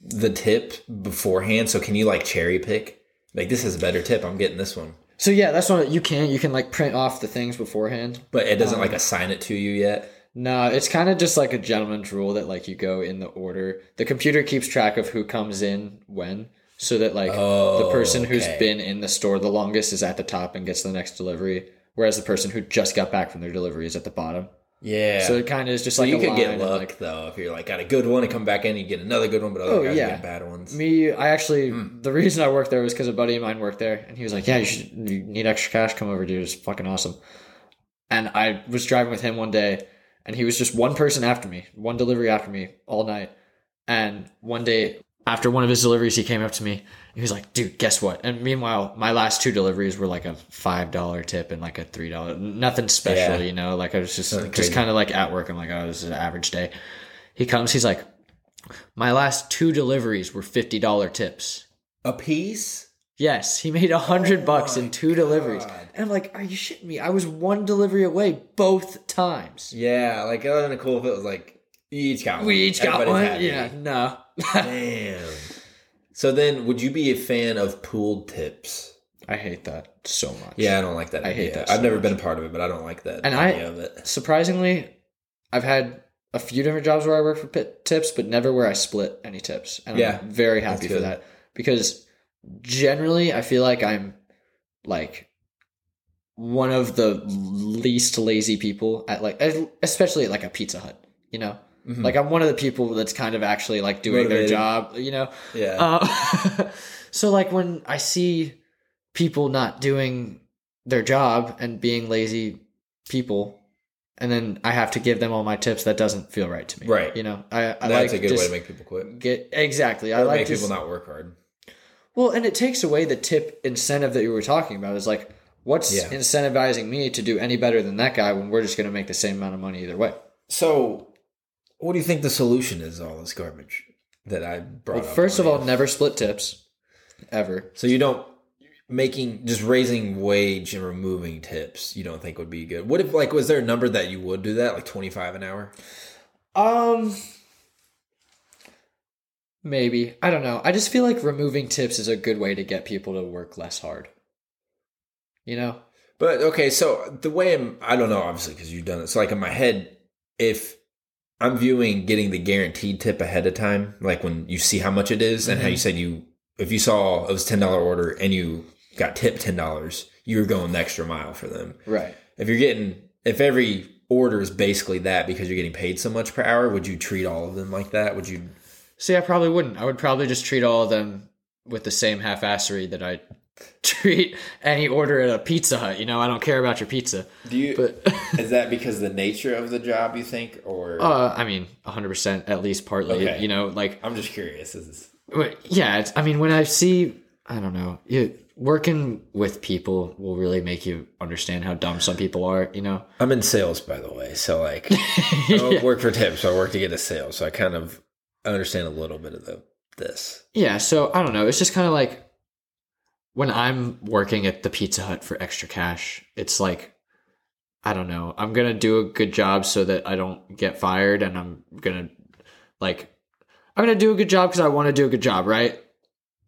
Speaker 1: the tip beforehand? So can you like cherry pick? Like this is a better tip. I'm getting this one,
Speaker 2: so yeah, that's one that you can you can like print off the things beforehand.
Speaker 1: but it doesn't
Speaker 2: Um,
Speaker 1: like assign it to you yet.
Speaker 2: No, it's kind of just like a gentleman's rule that like you go in the order. The computer keeps track of who comes in when, so that
Speaker 1: Oh,
Speaker 2: like the person who's
Speaker 1: Okay.
Speaker 2: been in the store the longest is at the top and gets the next delivery, whereas the person who just got back from their delivery is at the bottom.
Speaker 1: Yeah.
Speaker 2: So it kind of is just
Speaker 1: So
Speaker 2: like
Speaker 1: you
Speaker 2: a
Speaker 1: could
Speaker 2: line
Speaker 1: get
Speaker 2: and,
Speaker 1: luck
Speaker 2: like,
Speaker 1: though if you're like got a good one and come back in you get another good one, but other
Speaker 2: Oh,
Speaker 1: guys
Speaker 2: yeah.
Speaker 1: get bad ones.
Speaker 2: Me, I actually the reason I worked there was because a buddy of mine worked there, and he was like, "Yeah, you should you need extra cash, come over, dude. It's fucking awesome." And I was driving with him one day, and he was just one person after me, one delivery after me all night. And one day after one of his deliveries, he came up to me. He was like, "Dude, guess what?" And meanwhile, my last two deliveries were like a five dollar tip and like a three dollar, nothing special,
Speaker 1: Yeah.
Speaker 2: you know. Like I was just
Speaker 1: Nothing
Speaker 2: just
Speaker 1: crazy.
Speaker 2: kind of like at work. I'm like, "Oh, this is an average day." He comes, he's like, my last two deliveries were fifty dollar tips.
Speaker 1: A piece?
Speaker 2: Yes, he made a hundred bucks
Speaker 1: Oh my
Speaker 2: in two deliveries.
Speaker 1: God.
Speaker 2: And I'm like, are you shitting me? I was one delivery away both times.
Speaker 1: Yeah, like other than cool if it was like you each got one.
Speaker 2: We each got
Speaker 1: Everybody's
Speaker 2: one.
Speaker 1: happy.
Speaker 2: Yeah, no.
Speaker 1: Damn. So then would you be a fan of pooled tips?
Speaker 2: I hate that so much.
Speaker 1: Yeah, I don't like that.
Speaker 2: I hate
Speaker 1: idea.
Speaker 2: that
Speaker 1: I've
Speaker 2: so
Speaker 1: never
Speaker 2: much.
Speaker 1: been a part of it, but I don't like that
Speaker 2: And I-
Speaker 1: idea of it.
Speaker 2: Surprisingly, I've had a few different jobs where I work for pit tips, but never where I split any tips. And
Speaker 1: Yeah,
Speaker 2: I'm very
Speaker 1: that's
Speaker 2: happy for
Speaker 1: good.
Speaker 2: that because generally I feel like I'm like one of the least lazy people at like especially at like a Pizza Hut, you know.
Speaker 1: Mhm.
Speaker 2: Like I'm one of the people that's kind of actually like doing
Speaker 1: Motivated.
Speaker 2: their job, you know.
Speaker 1: yeah.
Speaker 2: Uh, so like when I see people not doing their job and being lazy people, and then I have to give them all my tips, that doesn't feel right to me.
Speaker 1: Right.
Speaker 2: You know, I, I
Speaker 1: That's
Speaker 2: like
Speaker 1: a good way
Speaker 2: just
Speaker 1: to make people quit.
Speaker 2: get exactly. I
Speaker 1: Or
Speaker 2: like
Speaker 1: make
Speaker 2: just,
Speaker 1: people not work hard.
Speaker 2: well, and it takes away the tip incentive that you were talking about. Is like what's
Speaker 1: Yeah.
Speaker 2: incentivizing me to do any better than that guy when we're just going to make the same amount of money either way.
Speaker 1: So, what do you think the solution is to all this garbage that I brought
Speaker 2: Well,
Speaker 1: up?
Speaker 2: first of all,
Speaker 1: already?
Speaker 2: never split tips, ever.
Speaker 1: so you don't making just raising wage and removing tips. You don't think would be good. What if like was there a number that you would do that like twenty five an hour?
Speaker 2: Um, maybe I don't know. I just feel like removing tips is a good way to get people to work less hard. You know,
Speaker 1: But okay, so the way I'm, I don't know, obviously, because you've done it. So, like in my head, if I'm viewing getting the guaranteed tip ahead of time, like when you see how much it is and how you said you, if you saw it was ten dollar order and you got tipped ten dollars, you were going the extra mile for them.
Speaker 2: right?
Speaker 1: If you're getting, if every order is basically that because you're getting paid so much per hour, would you treat all of them like that? Would you?
Speaker 2: See, I probably wouldn't. I would probably just treat all of them with the same half-assery that I treat any order at a Pizza Hut. You know, I don't care about your pizza,
Speaker 1: Do you?
Speaker 2: but
Speaker 1: is that because of the nature of the job you think, or
Speaker 2: uh, I mean, hundred percent at least partly.
Speaker 1: Okay.
Speaker 2: You know, like
Speaker 1: I'm just curious? Is this,
Speaker 2: Well, yeah it's, i mean when i see i don't know you, working with people will really make you understand how dumb some people are you know
Speaker 1: I'm in sales, by the way, so like. I don't work for tips. I work to get a sale, so I kind of understand a little bit of the this.
Speaker 2: yeah so i don't know it's just kind of like when i'm working at the pizza hut for extra cash it's like i don't know i'm gonna do a good job so that i don't get fired and i'm gonna like i'm gonna do a good job because i want to do a good job right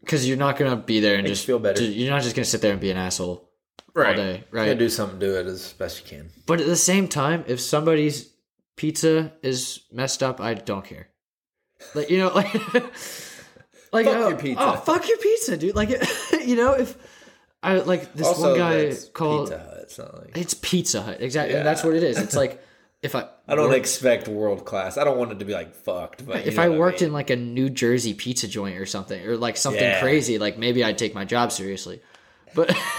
Speaker 2: because you're not gonna be there and
Speaker 1: Makes
Speaker 2: just
Speaker 1: you feel better.
Speaker 2: you're not just gonna sit there and be an asshole all day right
Speaker 1: You gotta do something. Do it as best you can.
Speaker 2: But at the same time, if somebody's pizza is messed up, I don't care. Like you know, like like
Speaker 1: Fuck
Speaker 2: oh,
Speaker 1: your pizza.
Speaker 2: Oh, fuck your pizza, dude. Like you know, if I like this
Speaker 1: also,
Speaker 2: one guy
Speaker 1: that's
Speaker 2: called
Speaker 1: Pizza Hut. It's not like
Speaker 2: it's Pizza Hut exactly.
Speaker 1: Yeah.
Speaker 2: And that's what it is. It's like if I
Speaker 1: I don't
Speaker 2: worked-
Speaker 1: expect world class. I don't want it to be like fucked. But
Speaker 2: if I worked in like a New Jersey pizza joint or something, or like something
Speaker 1: Yeah.
Speaker 2: crazy, like maybe I'd take my job seriously. But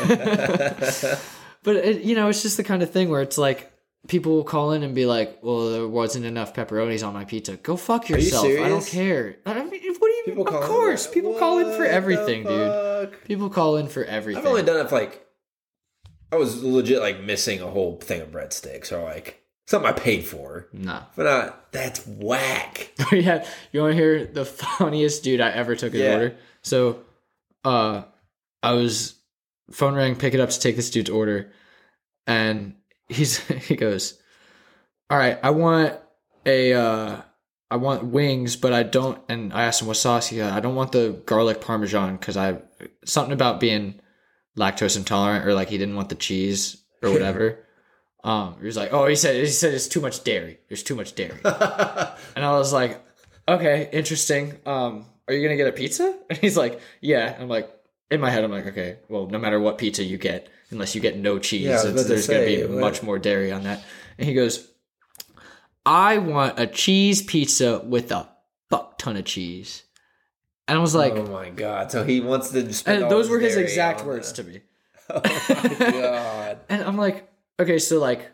Speaker 2: but it, you know, it's just the kind of thing where it's like people will call in and be like, "Well, there wasn't enough pepperonis on my pizza." Go fuck
Speaker 1: you
Speaker 2: yourself. I don't
Speaker 1: serious?
Speaker 2: care. I mean, what do you?
Speaker 1: people call
Speaker 2: of
Speaker 1: in,
Speaker 2: course,
Speaker 1: like,
Speaker 2: people call in
Speaker 1: "What
Speaker 2: for
Speaker 1: the
Speaker 2: everything, dude.
Speaker 1: fuck?"
Speaker 2: People call in for everything.
Speaker 1: I've only done it if like I was legit like missing a whole thing of breadsticks or like something I paid for,
Speaker 2: nah.
Speaker 1: but uh, that's whack.
Speaker 2: Oh, yeah, you want to hear the funniest dude I ever took his
Speaker 1: Yeah.
Speaker 2: order? So, uh, I was phone rang, pick it up to take this dude's order, and he's he goes, "All right, I want a uh, I want wings, but I don't." And I asked him what sauce he got. I don't want the garlic parmesan because I something about being lactose intolerant or like he didn't want the cheese or whatever. um, he was like, "Oh, he said he said it's too much dairy. There's too much dairy." And I was like, okay, interesting. Um, are you gonna get a pizza? And he's like, yeah. I'm like, in my head, I'm like, okay, well, no matter what pizza you get, unless you get no cheese,
Speaker 1: Yeah, I was
Speaker 2: it's-
Speaker 1: about to
Speaker 2: there's gonna
Speaker 1: say,
Speaker 2: be
Speaker 1: what-
Speaker 2: much more dairy on that. And he goes, I want a cheese pizza with a buck ton of cheese. And I was like,
Speaker 1: oh my god! So he wants to. Spend
Speaker 2: and
Speaker 1: all
Speaker 2: those were his
Speaker 1: dairy
Speaker 2: exact
Speaker 1: on
Speaker 2: words
Speaker 1: the-
Speaker 2: to me.
Speaker 1: Oh my god!
Speaker 2: And I'm like, okay, so like,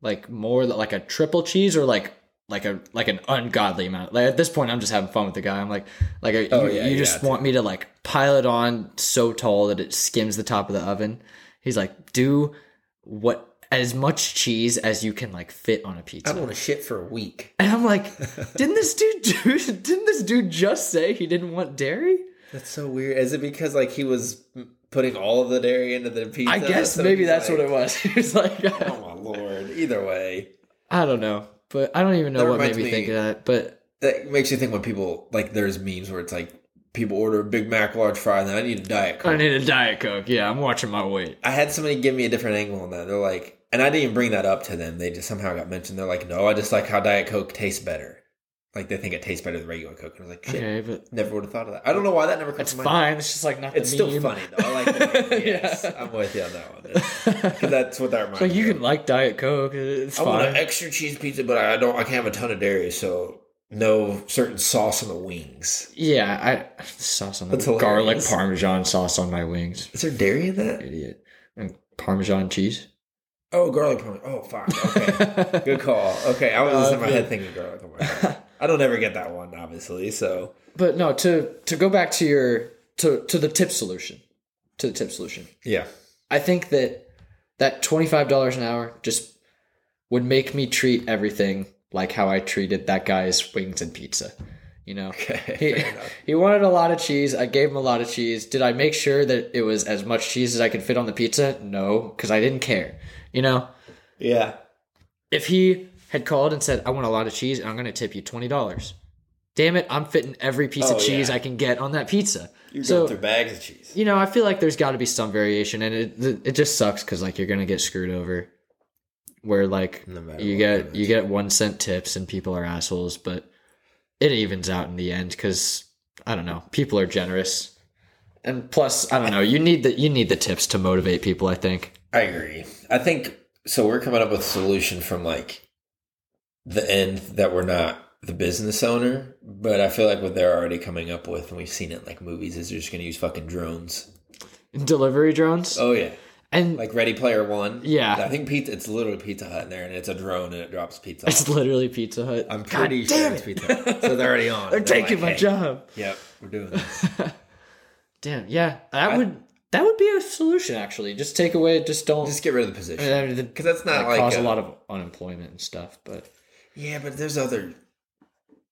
Speaker 2: like more li- like a triple cheese or like like a like an ungodly amount. Like at this point, I'm just having fun with the guy. I'm like, like are,
Speaker 1: Oh,
Speaker 2: you,
Speaker 1: yeah,
Speaker 2: you
Speaker 1: yeah,
Speaker 2: just
Speaker 1: it's-
Speaker 2: want me to like pile it on so tall that it skims the top of the oven. He's like, do what as much cheese as you can like fit on a
Speaker 1: I
Speaker 2: pizza.
Speaker 1: don't want to shit for a week.
Speaker 2: And I'm like, didn't this dude do, didn't this dude just say he didn't want dairy?
Speaker 1: That's so weird. Is it because like he was putting all of the dairy into the pizza?
Speaker 2: I guess
Speaker 1: So
Speaker 2: maybe
Speaker 1: he's
Speaker 2: that's
Speaker 1: like,
Speaker 2: what it was. He was like,
Speaker 1: Oh my lord! Either way,
Speaker 2: I don't know, but I don't even know
Speaker 1: That
Speaker 2: what made
Speaker 1: reminds
Speaker 2: me
Speaker 1: me-
Speaker 2: think of that. But
Speaker 1: that makes you think when people like there's memes where it's like people order a Big Mac, large fry, and then I need a diet
Speaker 2: I
Speaker 1: coke.
Speaker 2: need a diet coke. Yeah, I'm watching my weight.
Speaker 1: I had somebody give me a different angle on that. They're like, and I didn't even bring that up to them. They just somehow got mentioned. They're like, no, I just like how diet coke tastes better. Like they think it tastes better than regular coke. And I was like, shit,
Speaker 2: Okay, but
Speaker 1: never would have thought of that. I don't know why that never comes
Speaker 2: it's
Speaker 1: to mind.
Speaker 2: fine. It's just like not.
Speaker 1: It's
Speaker 2: the
Speaker 1: still
Speaker 2: meme.
Speaker 1: funny though. I like the meme. Yes,
Speaker 2: Yeah.
Speaker 1: I'm with you on that one. 'Cause that's what that reminds
Speaker 2: It's like you
Speaker 1: me.
Speaker 2: can like diet coke. It's
Speaker 1: I want
Speaker 2: fine.
Speaker 1: an extra cheese pizza, but I don't. I can have a ton of dairy, so no certain sauce on the wings.
Speaker 2: yeah, I sauce on
Speaker 1: That's
Speaker 2: the garlic
Speaker 1: hilarious.
Speaker 2: parmesan sauce on my wings.
Speaker 1: Is there dairy in that?
Speaker 2: Idiot. And parmesan cheese.
Speaker 1: Oh, garlic parmesan. Oh, fuck. Okay, good call. Okay, I was just in my head thinking garlic parmesan. I don't ever get that one, obviously. So
Speaker 2: But no, to to go back to your to to the tip solution, to the tip solution.
Speaker 1: yeah,
Speaker 2: I think that that twenty five dollars an hour just would make me treat everything like how I treated that guy's wings and pizza. You know, he,
Speaker 1: fair enough.
Speaker 2: he wanted a lot of cheese. I gave him a lot of cheese. Did I make sure that it was as much cheese as I could fit on the pizza? No, because I didn't care. You know,
Speaker 1: yeah.
Speaker 2: if he had called and said, "I want a lot of cheese and I'm going to tip you twenty dollars," damn it, I'm fitting every piece
Speaker 1: Oh,
Speaker 2: of cheese
Speaker 1: yeah.
Speaker 2: I can get on that pizza.
Speaker 1: You're
Speaker 2: So-
Speaker 1: going through bags of cheese.
Speaker 2: you know, I feel like there's got to be some variation, and it it just sucks because like you're gonna get screwed over, where like
Speaker 1: No matter
Speaker 2: you
Speaker 1: what
Speaker 2: get you get one cent tips and people are assholes, but it evens out in the end because I don't know, people are generous, and plus I don't know, you need the you need the tips to motivate people. I think.
Speaker 1: I agree. I think so. We're coming up with a solution from like the end that we're not the business owner, but I feel like what they're already coming up with, and we've seen it in, like movies, is they're just going to use fucking drones.
Speaker 2: Delivery drones
Speaker 1: Oh yeah,
Speaker 2: and
Speaker 1: like Ready Player One.
Speaker 2: Yeah.
Speaker 1: I think pizza. It's literally Pizza Hut in there, and it's a drone and it drops pizza.
Speaker 2: it's literally Pizza Hut.
Speaker 1: I'm pretty sure it's Pizza Hut. So they're already on. it.
Speaker 2: They're taking
Speaker 1: like,
Speaker 2: my
Speaker 1: "Hey,
Speaker 2: job.
Speaker 1: Yep, we're doing this.
Speaker 2: Damn, yeah, that would that would be a solution actually. Just take away, just don't.
Speaker 1: Just get rid of the
Speaker 2: I
Speaker 1: position
Speaker 2: mean, the-
Speaker 1: because that's not
Speaker 2: that
Speaker 1: like
Speaker 2: cause a
Speaker 1: a-
Speaker 2: lot of unemployment and stuff. But
Speaker 1: Yeah, but there's other.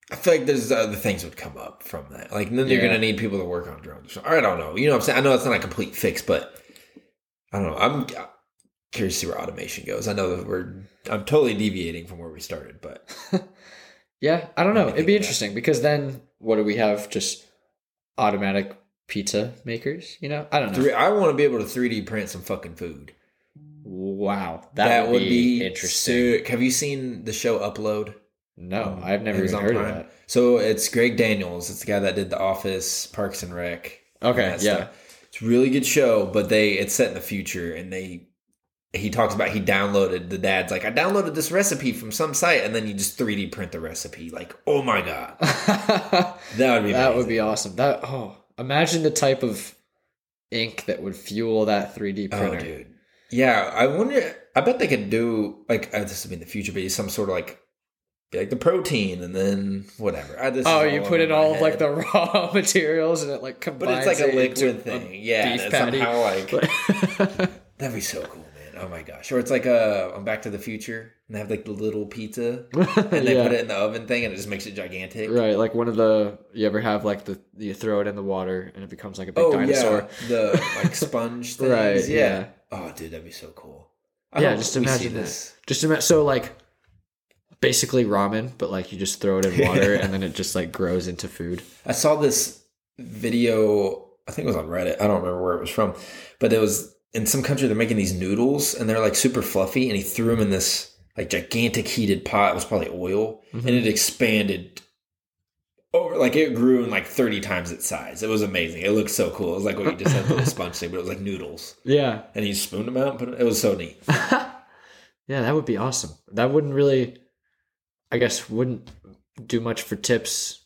Speaker 1: I feel like there's other things would come up from that. Like then you're
Speaker 2: Yeah.
Speaker 1: gonna need people to work on drones. So, I don't know. You know what I'm saying? I know it's not a complete fix, but I don't know. I'm uh, curious to see where automation goes. I know that we're. I'm totally deviating from where we started, but
Speaker 2: yeah, I don't know.
Speaker 1: me
Speaker 2: It'd
Speaker 1: think
Speaker 2: be
Speaker 1: about it.
Speaker 2: interesting because then what do we have? Just automatic pizza makers? You know, I don't know.
Speaker 1: three, I want to be able to 3D print some fucking food.
Speaker 2: Wow, that,
Speaker 1: That,
Speaker 2: would, be, interesting.
Speaker 1: sick. Have you seen the show Upload?
Speaker 2: no, I've never even
Speaker 1: Amazon
Speaker 2: heard
Speaker 1: Prime?
Speaker 2: of that.
Speaker 1: So it's Greg Daniels. It's the guy that did The Office, Parks and Rec.
Speaker 2: Okay,
Speaker 1: and that
Speaker 2: yeah.
Speaker 1: It's a really good show, but they it's set in the future and they he talks about he downloaded the dad's like I downloaded this recipe from some site and then you just 3D print the recipe. Like, oh my god. That would be
Speaker 2: that would
Speaker 1: amazing.
Speaker 2: be awesome. That oh, imagine the type of ink that would fuel that 3D
Speaker 1: Oh,
Speaker 2: printer.
Speaker 1: dude. Yeah, I wonder. I bet they could do like uh, this would be in the future, but some sort of like be like the protein and then whatever. I, this is
Speaker 2: Oh, you
Speaker 1: all
Speaker 2: put
Speaker 1: over
Speaker 2: in
Speaker 1: my
Speaker 2: all of
Speaker 1: head.
Speaker 2: like the raw materials and it like
Speaker 1: but it's
Speaker 2: combines.
Speaker 1: like a
Speaker 2: it into
Speaker 1: liquid thing. yeah, and
Speaker 2: beef
Speaker 1: it's
Speaker 2: patty.
Speaker 1: somehow like
Speaker 2: a-
Speaker 1: that'd be so cool, man. Oh my gosh! Or it's like uh, on Back to the Future and they have like the little pizza and they
Speaker 2: Yeah.
Speaker 1: put it in the oven thing and it just makes it gigantic.
Speaker 2: Right, like one of the you ever have like the you throw it in the water and it becomes like a big
Speaker 1: Oh
Speaker 2: dinosaur.
Speaker 1: yeah, the like sponge things.
Speaker 2: Right,
Speaker 1: Yeah.
Speaker 2: yeah.
Speaker 1: Oh, dude, that'd be so cool.
Speaker 2: Yeah,
Speaker 1: hope
Speaker 2: just
Speaker 1: we see
Speaker 2: imagine that. Just imagine so like basically ramen, but like you just throw it in water and then it just like grows into food.
Speaker 1: I saw this video. I think it was on Reddit. I don't remember where it was from, but it was in some country. They're making these noodles, and they're like super fluffy. And he threw them in this like gigantic heated pot. It was probably oil, and it expanded over. Like it grew in like thirty times its size. It was amazing. It looked so cool. It was like what you just said, the little sponge thing, but it was like noodles.
Speaker 2: Yeah.
Speaker 1: And he spooned them out. And put 'em- it was so neat.
Speaker 2: yeah, that would be awesome. That wouldn't really I guess wouldn't do much for tips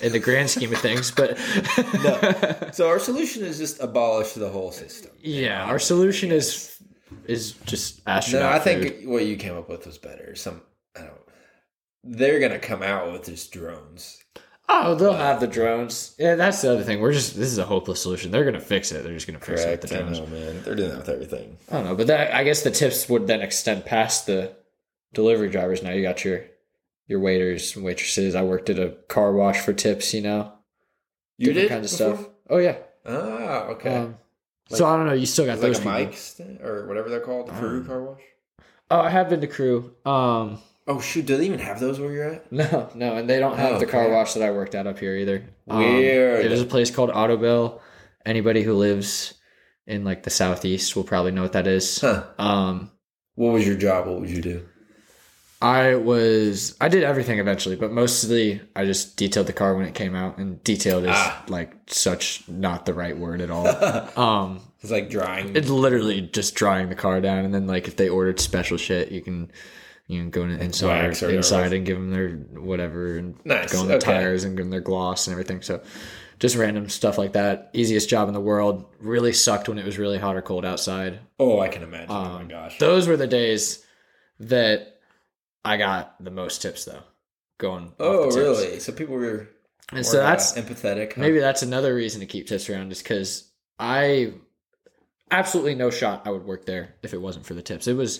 Speaker 2: in the grand scheme of things, but
Speaker 1: So our solution is just abolish the whole system.
Speaker 2: yeah, our solution is is just astronaut.
Speaker 1: No, I
Speaker 2: food.
Speaker 1: think what you came up with was better. Some I don't. They're gonna come out with just drones.
Speaker 2: Oh, they'll have the drones. Yeah, that's the other thing. We're just this is a hopeless solution. They're gonna fix it. They're just gonna fix it with the
Speaker 1: I
Speaker 2: drones.
Speaker 1: know, man. They're doing that with everything.
Speaker 2: I don't know, but that I guess the tips would then extend past the delivery drivers. Now you got your your waiters and waitresses. I worked at a car wash for tips. You know,
Speaker 1: You
Speaker 2: different
Speaker 1: did
Speaker 2: kinds of
Speaker 1: before?
Speaker 2: stuff. Oh yeah.
Speaker 1: Ah, okay.
Speaker 2: Um, so I don't know. You still got
Speaker 1: like
Speaker 2: those
Speaker 1: a
Speaker 2: people.
Speaker 1: mic stand or whatever they're called, the crew
Speaker 2: Um,
Speaker 1: car wash.
Speaker 2: Oh, I have been to crew. Um,
Speaker 1: Oh shoot! Do they even have those where you're at?
Speaker 2: No, no, and they don't have
Speaker 1: Oh,
Speaker 2: the car
Speaker 1: crap.
Speaker 2: wash that I worked at up here either. Um,
Speaker 1: Weird.
Speaker 2: There's a place called Autobell. Anybody who lives in like the southeast will probably know what that is.
Speaker 1: Huh?
Speaker 2: Um,
Speaker 1: What was your job? What would you do?
Speaker 2: I was I did everything eventually, but mostly I just detailed the car when it came out, and detailed is
Speaker 1: Ah.
Speaker 2: like such not the right word at all. um,
Speaker 1: It's like drying.
Speaker 2: it's literally just drying the car down, and then like if they ordered special shit, you can you can go in- inside
Speaker 1: Wax or whatever.
Speaker 2: inside and give them their whatever and
Speaker 1: Nice,
Speaker 2: go on the
Speaker 1: okay.
Speaker 2: tires and give them their gloss and everything. So just random stuff like that. Easiest job in the world. Really sucked when it was really hot or cold outside.
Speaker 1: oh, I can imagine. oh my
Speaker 2: Um,
Speaker 1: gosh.
Speaker 2: Those were the days that I got the most tips though. Going off
Speaker 1: oh
Speaker 2: the tips.
Speaker 1: really? So people were.
Speaker 2: And
Speaker 1: were,
Speaker 2: so that's
Speaker 1: uh, empathetic. huh?
Speaker 2: Maybe that's another reason to keep tips around is because I absolutely no shot I would work there if it wasn't for the tips. It was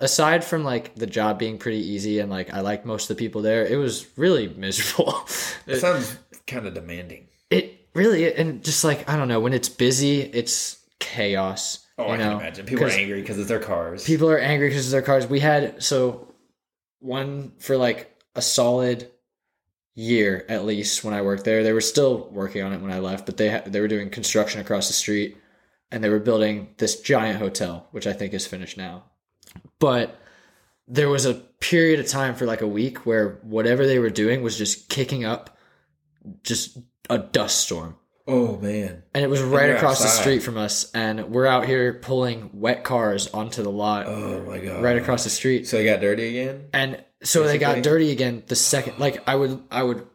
Speaker 2: aside from like the job being pretty easy and like I liked most of the people there, it was really miserable.
Speaker 1: It
Speaker 2: it,
Speaker 1: sounds kind of demanding.
Speaker 2: it really and just like I don't know when it's busy, it's chaos.
Speaker 1: Oh,
Speaker 2: you
Speaker 1: I
Speaker 2: know?
Speaker 1: can imagine. People are
Speaker 2: 'Cause-
Speaker 1: angry because it's their cars.
Speaker 2: people are angry because of their cars. We had so one for like a solid year at least when I worked there. They were still working on it when I left, but they ha- they were doing construction across the street and they were building this giant hotel, which I think is finished now. But there was a period of time for like a week where whatever they were doing was just kicking up just a dust storm
Speaker 1: oh man.
Speaker 2: and it was right
Speaker 1: you're
Speaker 2: across the
Speaker 1: outside.
Speaker 2: street from us and we're out here pulling wet cars onto the lot
Speaker 1: Oh my god.
Speaker 2: right across the street.
Speaker 1: So they got dirty again.
Speaker 2: And so they got
Speaker 1: Basically.
Speaker 2: dirty again the second like I would I would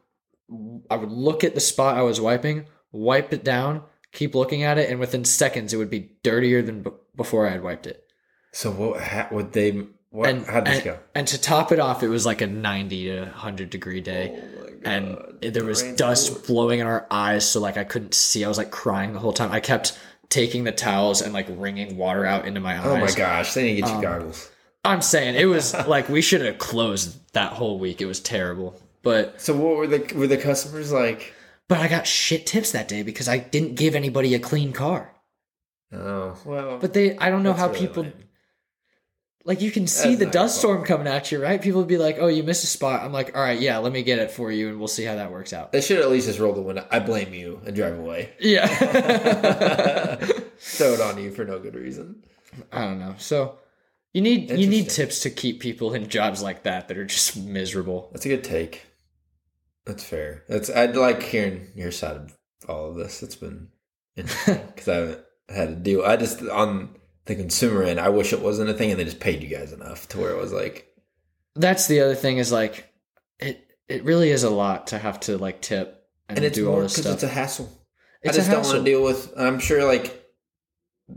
Speaker 2: I would look at the spot I was wiping, wipe it down, keep looking at it and within seconds it would be dirtier than b- before I had wiped it.
Speaker 1: So what? How, would they? What?
Speaker 2: And
Speaker 1: how'd this
Speaker 2: and,
Speaker 1: go?
Speaker 2: and to top it off it was like a 90 to 100 degree day.
Speaker 1: Oh my god.
Speaker 2: and there was
Speaker 1: Rain's
Speaker 2: dust
Speaker 1: over.
Speaker 2: blowing in our eyes so like i couldn't see i was like crying the whole time i kept taking the towels and like wringing water out into my eyes Um,
Speaker 1: Oh my gosh! They need to get you goggles.
Speaker 2: i'm saying it was like we should have closed that whole week it was terrible but
Speaker 1: So what were the were the customers like?
Speaker 2: but i got shit tips that day because i didn't give anybody a clean car
Speaker 1: Oh well.
Speaker 2: but they i don't know
Speaker 1: that's
Speaker 2: how
Speaker 1: really
Speaker 2: people
Speaker 1: lame.
Speaker 2: like you can see
Speaker 1: That's
Speaker 2: the
Speaker 1: not
Speaker 2: dust
Speaker 1: your
Speaker 2: storm coming at you right people would be like oh you missed a spot i'm like all right yeah let me get it for you and we'll see how that works out
Speaker 1: They should at least just roll the window. I blame you and drive away.
Speaker 2: yeah
Speaker 1: Throw it on you for no good reason.
Speaker 2: I don't know. So you need you need
Speaker 1: Interesting.
Speaker 2: tips to keep people in jobs like that that are just miserable.
Speaker 1: That's a good take. That's fair. That's I'd like hearing your side of all of this. It's been interesting because I haven't had to deal. I just on the consumer end. I wish it wasn't a thing, and they just paid you guys enough to where it was like,
Speaker 2: That's the other thing is like it it really is a lot to have to like tip and,
Speaker 1: and it's
Speaker 2: do
Speaker 1: more
Speaker 2: all this
Speaker 1: because
Speaker 2: stuff.
Speaker 1: it's a hassle.
Speaker 2: It's
Speaker 1: I just
Speaker 2: a
Speaker 1: don't
Speaker 2: hassle.
Speaker 1: want to deal with. I'm sure like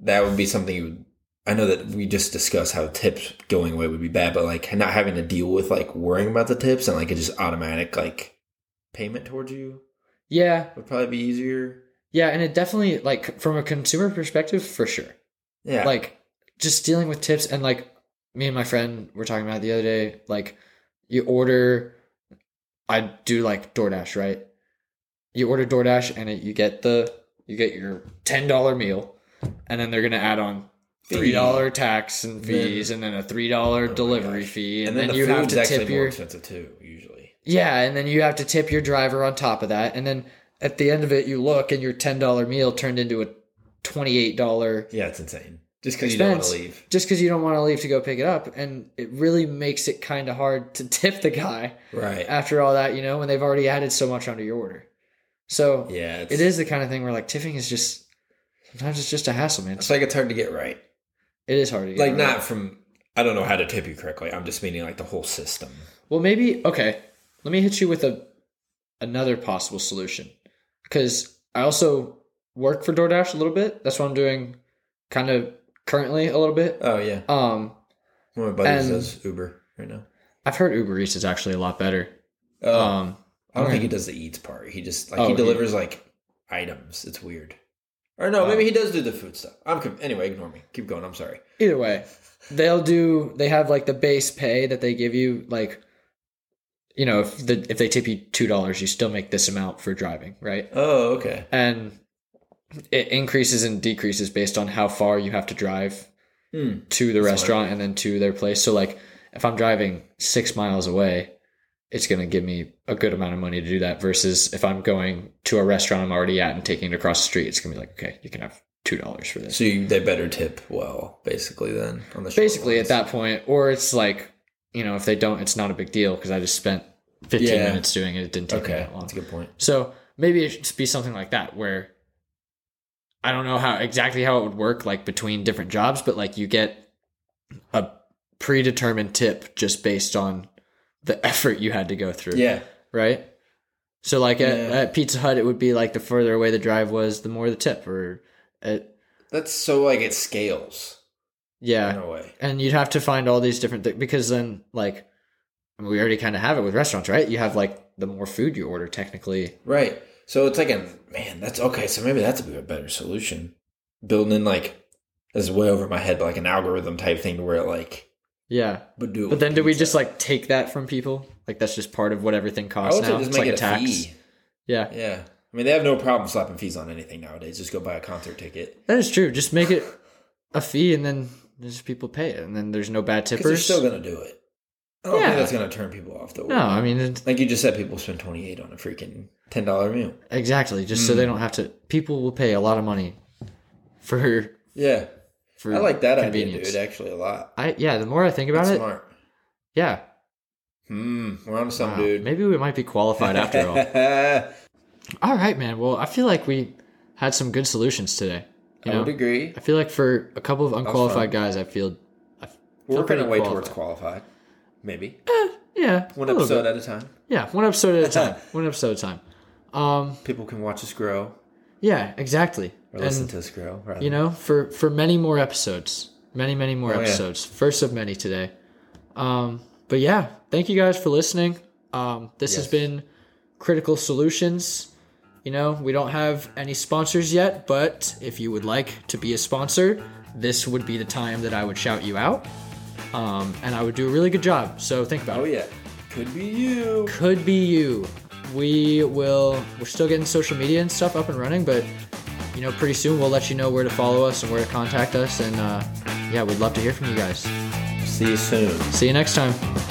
Speaker 1: that would be something you. would I know that we just discussed how tips going away would be bad, but like not having to deal with like worrying about the tips and like it just automatic like payment towards you
Speaker 2: yeah,
Speaker 1: would probably be easier.
Speaker 2: yeah, and it definitely like from a consumer perspective for sure.
Speaker 1: Yeah,
Speaker 2: Like just dealing with tips and like me and my friend were talking about it the other day. Like you order, I do like DoorDash right. You order DoorDash and it, you get the you get your ten dollar meal, and then they're gonna add on
Speaker 1: Fee. Oh
Speaker 2: three dollar tax and fees, and then a three dollar
Speaker 1: my
Speaker 2: delivery
Speaker 1: gosh.
Speaker 2: fee, and, then, you have
Speaker 1: food's
Speaker 2: to
Speaker 1: actually
Speaker 2: tip
Speaker 1: more
Speaker 2: your
Speaker 1: expensive too usually.
Speaker 2: yeah, and then you have to tip your driver on top of that, and then at the end of it, you look and your ten dollar meal turned into a twenty eight dollar
Speaker 1: Yeah, it's insane. Just because you don't want to
Speaker 2: Expense.
Speaker 1: leave.
Speaker 2: just because you don't want to leave to go pick it up and it really makes it kind of hard to tip the guy
Speaker 1: Right.
Speaker 2: after all that you know when they've already added so much onto your order so
Speaker 1: yeah, it's,
Speaker 2: it is the kind of thing where like tipping is just sometimes it's just a hassle man
Speaker 1: It's
Speaker 2: it's,
Speaker 1: like it's hard to get right.
Speaker 2: it is hard to get
Speaker 1: Like
Speaker 2: right.
Speaker 1: not from. I don't know how to tip you correctly. I'm just meaning like the whole system.
Speaker 2: Well, maybe okay. Let me hit you with a another possible solution because I also work for DoorDash a little bit. That's what I'm doing, kind of currently a little bit.
Speaker 1: Oh yeah,
Speaker 2: Um,
Speaker 1: one of my buddies
Speaker 2: And-
Speaker 1: does Uber right now.
Speaker 2: I've heard Uber Eats is actually a lot better.
Speaker 1: Oh,
Speaker 2: Um,
Speaker 1: I don't
Speaker 2: okay.
Speaker 1: think he does the eats part. He just like
Speaker 2: Oh,
Speaker 1: he
Speaker 2: he-
Speaker 1: delivers like items. It's weird. Or no, maybe
Speaker 2: Oh.
Speaker 1: he does do the food stuff. I'm com- anyway. Ignore me. Keep going. I'm sorry.
Speaker 2: either way they'll do they have like the base pay that they give you like you know if the if they tip you two dollars you still make this amount for driving right
Speaker 1: Oh okay.
Speaker 2: and it increases and decreases based on how far you have to drive
Speaker 1: Hmm.
Speaker 2: to the
Speaker 1: That's
Speaker 2: restaurant and then to their place so like if i'm driving six miles away it's going to give me a good amount of money to do that versus if i'm going to a restaurant i'm already at and taking it across the street it's going to be like okay you can have two dollars for this
Speaker 1: So you, they better tip well, basically. Then on the short
Speaker 2: basically at
Speaker 1: ones.
Speaker 2: that point or it's like you know if they don't it's not a big deal because i just spent 15
Speaker 1: Yeah.
Speaker 2: minutes doing it it didn't take me
Speaker 1: Okay,
Speaker 2: that long
Speaker 1: that's a good point.
Speaker 2: so maybe it should just be something like that where i don't know how exactly how it would work like between different jobs but like you get a predetermined tip just based on the effort you had to go through
Speaker 1: Yeah.
Speaker 2: right so like at,
Speaker 1: Yeah.
Speaker 2: at pizza hut it would be like the further away the drive was the more the tip or uh, at,
Speaker 1: That's so like it scales
Speaker 2: yeah
Speaker 1: in a way.
Speaker 2: and you'd have to find all these different things because then like I mean, we already kind of have it with restaurants right you have like the more food you order technically
Speaker 1: Right. So it's like a man, that's okay, so maybe that's a bit better solution. Building in like this is way over my head, but like an algorithm type thing to where it like
Speaker 2: yeah
Speaker 1: but do it
Speaker 2: but
Speaker 1: with
Speaker 2: then do we
Speaker 1: pizza.
Speaker 2: just like take that from people like that's just part of what everything
Speaker 1: I
Speaker 2: costs
Speaker 1: would say
Speaker 2: now
Speaker 1: just
Speaker 2: it's
Speaker 1: make
Speaker 2: like
Speaker 1: it
Speaker 2: a
Speaker 1: a
Speaker 2: tax
Speaker 1: fee.
Speaker 2: yeah
Speaker 1: Yeah. I mean they have no problem slapping fees on anything nowadays. Just go buy a concert ticket.
Speaker 2: that is true just make it a fee and then just people pay it and then there's no bad
Speaker 1: Because they're
Speaker 2: tippers
Speaker 1: still gonna do it. I don't
Speaker 2: Yeah.
Speaker 1: think that's gonna turn people off though.
Speaker 2: no i mean it,
Speaker 1: Like you just said, people spend twenty eight on a freaking ten dollar meal.
Speaker 2: exactly just
Speaker 1: Hmm.
Speaker 2: so they don't have to people will pay a lot of money for
Speaker 1: Yeah.
Speaker 2: for
Speaker 1: I like that idea,
Speaker 2: convenience
Speaker 1: dude, actually a lot.
Speaker 2: i yeah the more i think about
Speaker 1: That's
Speaker 2: it
Speaker 1: smart.
Speaker 2: yeah
Speaker 1: Hmm. We're on to something,
Speaker 2: Wow,
Speaker 1: dude.
Speaker 2: maybe we might be qualified after all All right, man. Well, I feel like we had some good solutions today. You
Speaker 1: I
Speaker 2: know,
Speaker 1: would agree.
Speaker 2: I feel like for a couple of
Speaker 1: fun.
Speaker 2: unqualified guys, I feel, I feel
Speaker 1: We're working
Speaker 2: pretty
Speaker 1: our way
Speaker 2: qualified.
Speaker 1: towards qualified. Maybe.
Speaker 2: yeah,
Speaker 1: One
Speaker 2: a little
Speaker 1: episode at
Speaker 2: bit.
Speaker 1: a time.
Speaker 2: yeah, one episode at a time. one episode at a time. Um,
Speaker 1: People can watch us grow
Speaker 2: yeah, exactly.
Speaker 1: or listen
Speaker 2: And
Speaker 1: to us grow. rather.
Speaker 2: you know, for for many more episodes, many many more
Speaker 1: Oh, yeah.
Speaker 2: episodes. First of many today. Um, but yeah, thank you guys for listening. Um, this has
Speaker 1: Yes.
Speaker 2: been Critical Solutions. You know, we don't have any sponsors yet, but if you would like to be a sponsor, this would be the time that I would shout you out. Um, and I would do a really good job. So think about
Speaker 1: Oh,
Speaker 2: it.
Speaker 1: yeah. Could be you.
Speaker 2: Could be you. We will, we're still getting social media and stuff up and running, but, you know, pretty soon we'll let you know where to follow us and where to contact us. And uh, yeah, we'd love to hear from you guys.
Speaker 1: See you soon.
Speaker 2: See you next time.